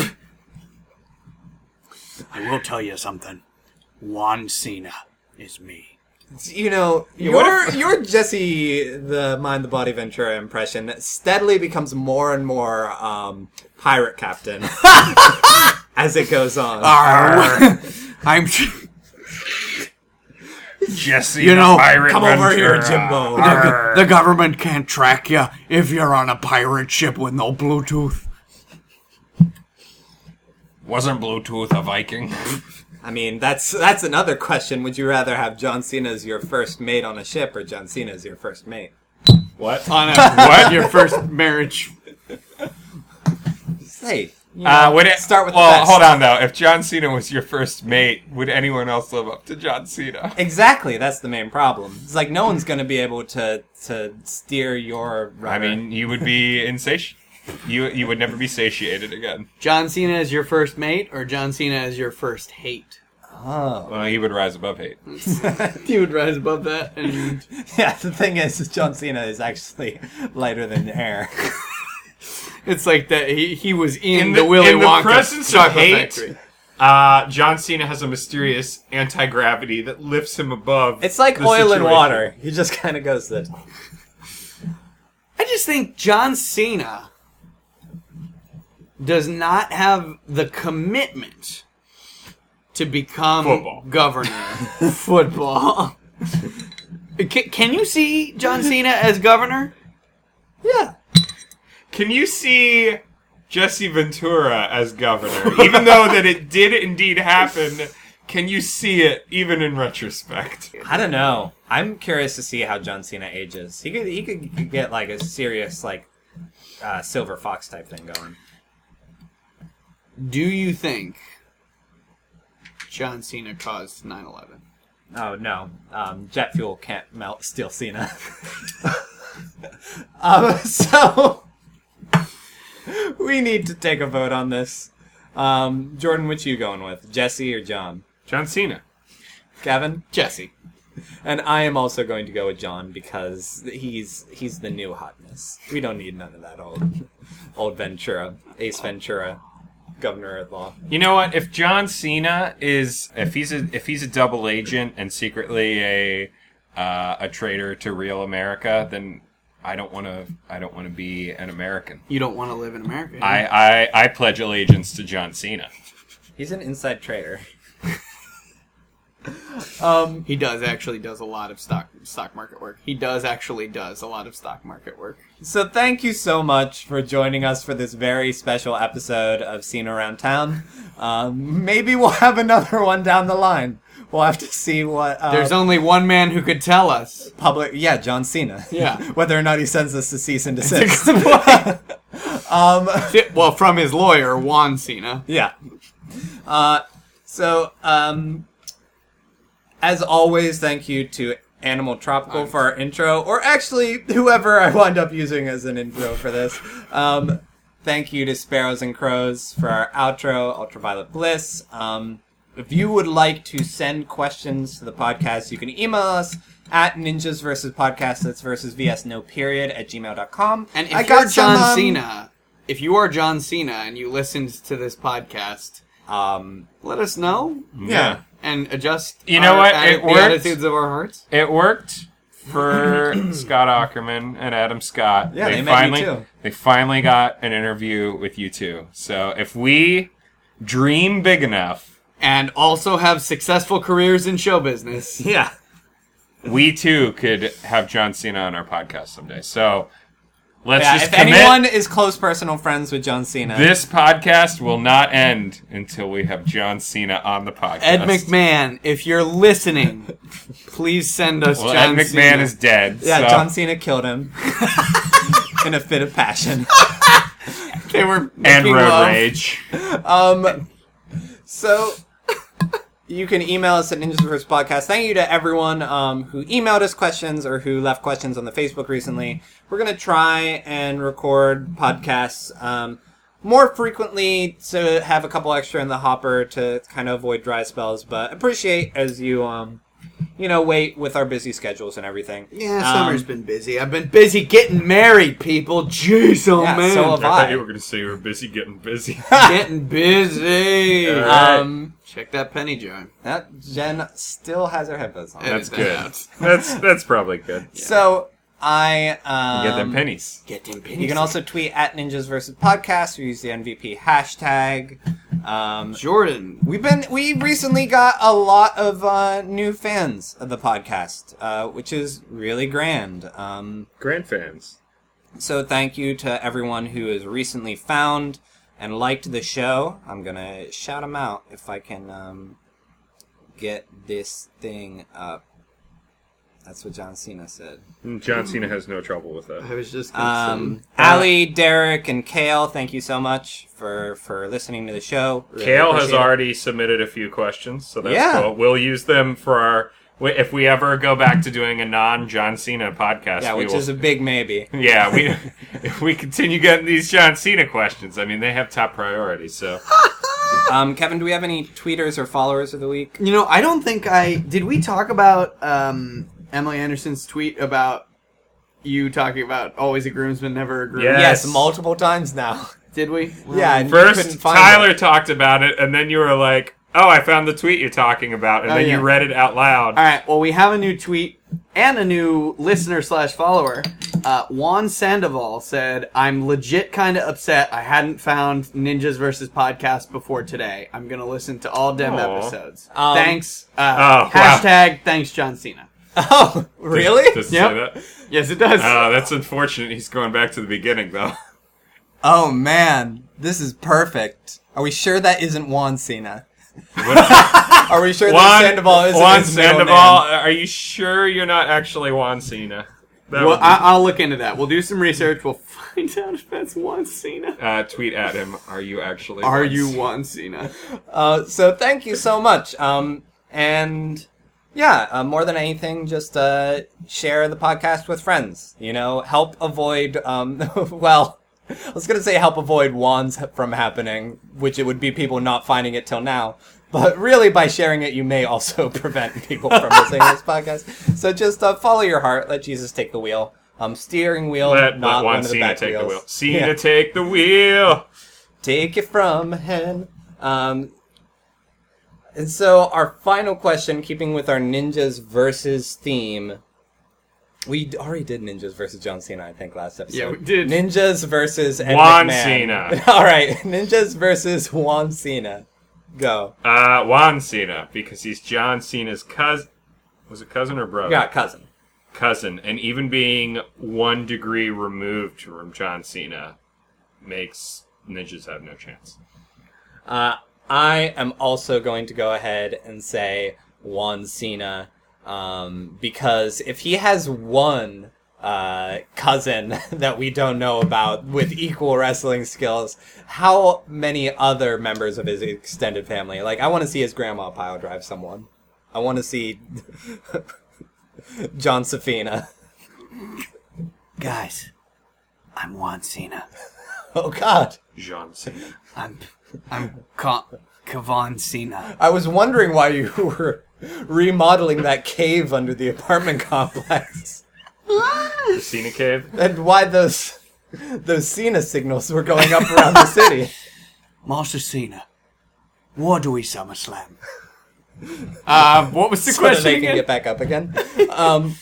Speaker 2: I will tell you something. Juan Cena is me.
Speaker 1: you know,
Speaker 3: what [laughs]
Speaker 1: your your Jesse the Mind the Body Ventura impression steadily becomes more and more um, pirate
Speaker 3: [laughs]
Speaker 1: captain as it goes on.
Speaker 3: Uh,
Speaker 2: Arr. [laughs] I'm.
Speaker 3: [laughs] Jesse,
Speaker 2: You
Speaker 3: the
Speaker 2: know,
Speaker 3: pirate uh,
Speaker 1: Come over here,
Speaker 3: Ventura. [laughs]
Speaker 1: Jimbo.
Speaker 2: The, the government can't track you if you're on a pirate ship with no Bluetooth.
Speaker 3: Wasn't Bluetooth a Viking?
Speaker 1: I mean, that's that's another question. Would you rather have John Cena as your first mate on a ship or John Cena as your first mate?
Speaker 3: What?
Speaker 2: On a, [laughs] what? Your first marriage.
Speaker 1: Hey, [laughs] you
Speaker 3: Uh,
Speaker 1: know,
Speaker 3: would it,
Speaker 1: start with the
Speaker 3: well,
Speaker 1: best.
Speaker 3: hold on though. If John Cena was your first mate, would anyone else live up to John Cena?
Speaker 1: Exactly, that's the main problem. It's like no one's going to be able to to steer your.
Speaker 3: I
Speaker 1: rudder.
Speaker 3: mean, you would be insatiable. You you would never be satiated again.
Speaker 2: John Cena as your first mate or John Cena as your first hate?
Speaker 1: oh. [laughs]
Speaker 3: Well, he would rise above hate.
Speaker 2: You would rise above that. And
Speaker 1: Yeah, the thing is, is John Cena is actually [laughs] lighter than air.
Speaker 2: [laughs] it's like that he, he was in,
Speaker 3: In
Speaker 2: the,
Speaker 3: the-
Speaker 2: Willy
Speaker 3: in the
Speaker 2: Wonka
Speaker 3: presence of
Speaker 2: chocolate
Speaker 3: hate.
Speaker 2: factory.
Speaker 3: Uh, John Cena has a mysterious anti gravity that lifts him above.
Speaker 1: It's like
Speaker 3: the
Speaker 1: oil and
Speaker 3: situation.
Speaker 1: water. He just kind of goes this.
Speaker 2: I just think John Cena does not have the commitment to become
Speaker 3: Football. [laughs]
Speaker 2: governor. Football. Can, can you see John Cena as governor?
Speaker 1: Yeah.
Speaker 3: Can you see Jesse Ventura as governor? even though that it did indeed happen, can you see it even in retrospect?
Speaker 1: I don't know. I'm curious to see how John Cena ages. He could he could get like a serious like uh, silver fox type thing going.
Speaker 2: Do you think John Cena caused 9 11?
Speaker 1: Oh no, um, jet fuel can't melt steel Cena. [laughs] um, so [laughs] we need to take a vote on this. Um, Jordan, which you going with, Jesse or John?
Speaker 3: John Cena.
Speaker 1: Kevin?
Speaker 2: Jesse.
Speaker 1: And I am also going to go with John because he's he's the new hotness. We don't need none of that old old Ventura, Ace Ventura, Governor at Law.
Speaker 3: You know what? If John Cena is if he's a if he's a double agent and secretly a uh, a traitor to real America, then I don't want to I don't want to be an American.
Speaker 2: You don't want to live in America.
Speaker 3: I, I I pledge allegiance to John Cena.
Speaker 1: He's an inside traitor. Um,
Speaker 4: He does actually does a lot of stock stock market work. He does actually does a lot of stock market work.
Speaker 1: so thank you so much for joining us for this very special episode of Scene Around Town. Um, maybe we'll have another one down the line. We'll have to see what uh,
Speaker 4: There's only one man who could tell us.
Speaker 1: public. Yeah, John Cena.
Speaker 4: Yeah.
Speaker 1: [laughs] Whether or not he sends us to cease
Speaker 4: [laughs]
Speaker 1: and desist.
Speaker 4: good
Speaker 1: um,
Speaker 4: Well, from his lawyer, Juan Cena.
Speaker 1: Yeah. Uh, so, um, as always, thank you to Animal Tropical for our intro, or actually, whoever I wind up using as an intro for this. Um, thank you to Sparrows and Crows for our outro, Ultraviolet Bliss. Um, if you would like to send questions to the podcast, you can email us at ninjas versus podcast that's versus vs no period at gmail.com
Speaker 4: And if
Speaker 1: I
Speaker 4: you're John
Speaker 1: some, um,
Speaker 4: Cena, if you are John Cena and you listened to this podcast,
Speaker 1: um
Speaker 4: let us know
Speaker 1: yeah.
Speaker 4: and adjust.
Speaker 6: You know
Speaker 4: our
Speaker 6: what?
Speaker 4: atti-
Speaker 6: It
Speaker 4: the
Speaker 6: worked.
Speaker 4: attitudes of our hearts.
Speaker 6: It worked
Speaker 1: [clears throat]
Speaker 6: for Scott Ackerman and Adam Scott.
Speaker 1: Yeah, they met me
Speaker 6: finally
Speaker 1: too.
Speaker 6: they finally got an interview with you two. So if we dream big enough,
Speaker 4: And also have successful careers in show
Speaker 6: [laughs]
Speaker 4: business.
Speaker 1: yeah
Speaker 6: we too could have John Cena on our podcast someday. So let's
Speaker 1: Yeah,
Speaker 6: just
Speaker 1: if
Speaker 6: commit.
Speaker 1: anyone is close personal friends with John Cena,
Speaker 6: this podcast will not end until we have John Cena on the podcast.
Speaker 4: Ed McMahon, if you're listening, please send us
Speaker 6: Well,
Speaker 4: John
Speaker 6: Ed McMahon
Speaker 4: Cena.
Speaker 6: is dead.
Speaker 1: yeah,
Speaker 6: so-
Speaker 1: John Cena killed him [laughs] in a fit of passion.
Speaker 4: They were
Speaker 6: and
Speaker 4: making
Speaker 6: road
Speaker 4: love.
Speaker 6: rage.
Speaker 1: Um, so you can email us at Ninjas First Podcast. Thank you to everyone um, who emailed us questions or who left questions on the Facebook recently. We're gonna try and record podcasts um, more frequently to have a couple extra in the hopper to kind of avoid dry spells. But appreciate as you um, you know, wait with our busy schedules and everything.
Speaker 4: Yeah,
Speaker 1: Um,
Speaker 4: summer's been busy. I've been busy getting married, people. Jeez, oh
Speaker 1: Yeah,
Speaker 4: man,
Speaker 1: so have
Speaker 3: I thought [laughs]
Speaker 1: I.
Speaker 3: you were going to say you were busy getting busy.
Speaker 4: [laughs] getting busy. Uh,
Speaker 3: All right.
Speaker 1: Um,
Speaker 4: Check that penny jar.
Speaker 1: that Jen still has her headphones on.
Speaker 6: That's
Speaker 4: Edit that
Speaker 6: good.
Speaker 4: out.
Speaker 3: [laughs] that's that's probably good.
Speaker 1: So I um,
Speaker 6: Get them pennies.
Speaker 4: Get them pennies.
Speaker 1: You can also tweet at Ninjas versus Podcast. We use the NVP hashtag. Um,
Speaker 4: Jordan.
Speaker 1: we've been we recently got a lot of uh, new fans of the podcast, uh, which is really grand. Um,
Speaker 3: Grand fans.
Speaker 1: so thank you to everyone who has recently found and liked the show. I'm gonna shout them out if I can um, get this thing up. That's what John Cena said.
Speaker 3: Mm, John Cena has no trouble with that.
Speaker 4: I was just gonna
Speaker 1: Um,
Speaker 4: say-
Speaker 3: uh,
Speaker 1: Ali, Derek, and Kale, thank you so much for for listening to the show. Really
Speaker 3: Kale has
Speaker 1: appreciate it.
Speaker 3: already submitted a few questions, so that's
Speaker 1: Yeah.
Speaker 3: cool. We'll use them for our wi- if we ever go back to doing a non John Cena podcast.
Speaker 1: yeah,
Speaker 3: we
Speaker 1: which
Speaker 3: will,
Speaker 1: is a big maybe.
Speaker 3: [laughs] yeah. We [laughs] if we continue getting these John Cena questions, I mean they have top priority. So
Speaker 1: Um, Kevin, do we have any tweeters or followers of the week?
Speaker 4: You know, I don't think I did. We talk about um, Emily Anderson's tweet about you talking about always a groomsman, never a groom.
Speaker 3: Yeah. Yes.
Speaker 1: multiple times now. [laughs]
Speaker 4: Did we?
Speaker 1: Yeah, and [laughs] you couldn't
Speaker 3: first
Speaker 1: find
Speaker 3: Tyler
Speaker 1: it. [laughs]
Speaker 3: talked about it, and then you were like, "Oh, I found the tweet you're talking about," and
Speaker 4: Oh,
Speaker 3: then
Speaker 4: yeah.
Speaker 3: you read it out loud.
Speaker 4: All right. Well, we have a new tweet and a new listener slash follower. Uh, Juan Sandoval said, "I'm legit kind of upset. I hadn't found Ninjas versus Podcast before today. I'm gonna listen to all dem
Speaker 3: Aw.
Speaker 4: episodes.
Speaker 1: Um,
Speaker 4: thanks. Uh,
Speaker 3: Oh, wow.
Speaker 4: hashtag Thanks John Cena.
Speaker 1: Oh, really?
Speaker 3: Does it
Speaker 4: Yep.
Speaker 3: say that?
Speaker 4: Yes, it does.
Speaker 3: Uh, that's unfortunate. He's going back to the beginning
Speaker 1: [laughs]
Speaker 3: though. [laughs]
Speaker 1: Oh man, this is perfect. Are we sure that isn't Juan Cena? Are we
Speaker 3: Juan
Speaker 1: sure that Sandoval isn't
Speaker 3: Juan
Speaker 1: his middle
Speaker 3: Sandoval,
Speaker 1: name?
Speaker 3: are you sure you're not actually Juan Cena? That
Speaker 4: well,
Speaker 3: would be-
Speaker 4: I- I'll look into that. We'll do some research. We'll [laughs] find out if that's Juan Cena.
Speaker 3: uh, tweet at him. Are you actually?
Speaker 4: Are
Speaker 3: Juan
Speaker 4: you
Speaker 3: Cena?
Speaker 4: Juan Cena?
Speaker 1: Uh, so thank you so much. Um, and yeah, uh, more than anything, just uh, share the podcast with friends. You know, help avoid. Um, [laughs] well, I was gonna say help avoid wands from happening, which it would be people not finding it till now. But really, by sharing it, you may also [laughs] prevent people from listening to this podcast. So just uh, follow your heart. Let Jesus take the wheel. Um, steering wheel,
Speaker 3: Let,
Speaker 1: not
Speaker 3: let
Speaker 1: one
Speaker 3: Juan
Speaker 1: of the
Speaker 3: Cena
Speaker 1: back
Speaker 3: take the
Speaker 1: wheels.
Speaker 3: wheel. Cena
Speaker 1: Yeah.
Speaker 3: take the wheel.
Speaker 1: Take it from hen. Um, and so our final question, keeping with our ninjas versus theme, we d- already did ninjas versus John Cena, I think, last episode.
Speaker 4: Yeah, we did.
Speaker 1: Ninjas versus Ed
Speaker 3: Juan
Speaker 1: McMahon. [laughs]
Speaker 3: Cena.
Speaker 1: All right, ninjas versus Juan Cena. Go.
Speaker 3: Uh, Juan Cena, because he's John Cena's cousin. Was it cousin or brother?
Speaker 1: Yeah, cousin.
Speaker 3: Cousin. And even being one degree removed from John Cena makes ninjas have no chance.
Speaker 1: Uh, I am also going to go ahead and say Juan Cena um, because if he has one uh, cousin [laughs] that we don't know about with equal wrestling skills, how many other members of his extended family? Like, I want to see his grandma pile drive someone. I want to see [laughs] John Safina.
Speaker 2: Guys, I'm Juan Cena.
Speaker 1: [laughs] Oh God,
Speaker 3: John Cena.
Speaker 2: I'm I'm Ka- Kavan Cena.
Speaker 1: I was wondering why you [laughs] were remodeling that cave under the apartment [laughs] complex.
Speaker 3: The Cena Cave.
Speaker 1: and why those those Cena signals were going up around the city.
Speaker 2: Master Cena. What do we SummerSlam?
Speaker 4: Um, what was the
Speaker 1: so that
Speaker 4: question
Speaker 1: they can
Speaker 4: again?
Speaker 1: get back up again. Um,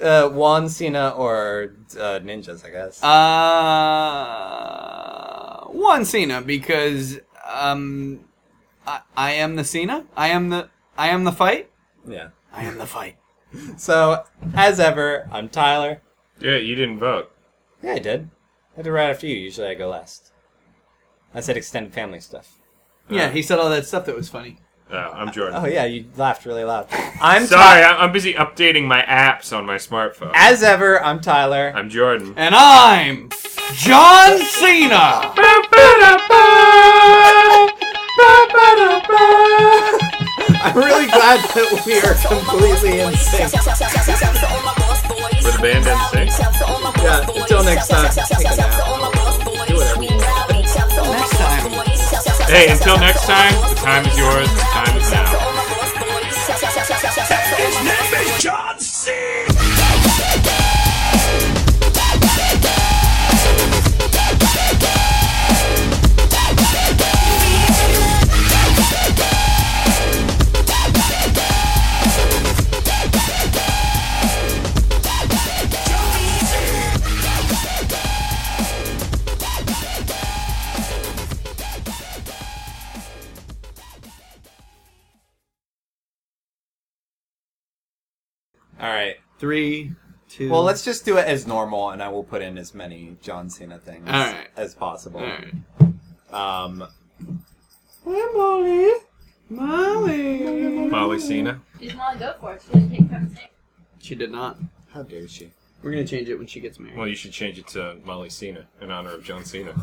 Speaker 1: uh, Juan Cena or uh, ninjas, I guess.
Speaker 2: Uh, Juan Cena because um, I, I am the Cena. I am the I am the fight.
Speaker 1: yeah.
Speaker 2: I am the fight.
Speaker 1: So as ever, I'm Tyler.
Speaker 3: Yeah, you didn't vote.
Speaker 1: Yeah, I did. I did right after you. Usually I go last. I said extended family stuff.
Speaker 2: Yeah, he said all that stuff that was funny.
Speaker 3: Oh, I'm Jordan.
Speaker 1: Oh yeah, you laughed really loud. I'm
Speaker 3: Sorry,
Speaker 1: Ty-
Speaker 3: I- I'm busy updating my apps on my smartphone.
Speaker 1: as ever, I'm Tyler.
Speaker 3: I'm Jordan.
Speaker 2: And I'm John Cena.
Speaker 1: I'm really glad that [laughs] we
Speaker 4: [laughs]
Speaker 1: are completely in sync.
Speaker 3: Where the band ends sync.
Speaker 1: Yeah, until next time. Take a nap. Do whatever you want.
Speaker 2: Next time.
Speaker 3: Hey, until next time, the time is yours, the time is now.
Speaker 1: All right.
Speaker 2: Three, two.
Speaker 1: Well, let's just do it as normal, and I will put in as many John Cena things
Speaker 2: All right.
Speaker 1: as possible.
Speaker 2: All right.
Speaker 1: Um, hey, Molly.
Speaker 2: Molly.
Speaker 3: Molly Cena.
Speaker 5: You want to go for it. She didn't take time to say.
Speaker 2: She did not.
Speaker 1: How dare she?
Speaker 2: We're gonna change it when she gets married.
Speaker 3: Well, you should change it to Molly Cena in honor of John Cena.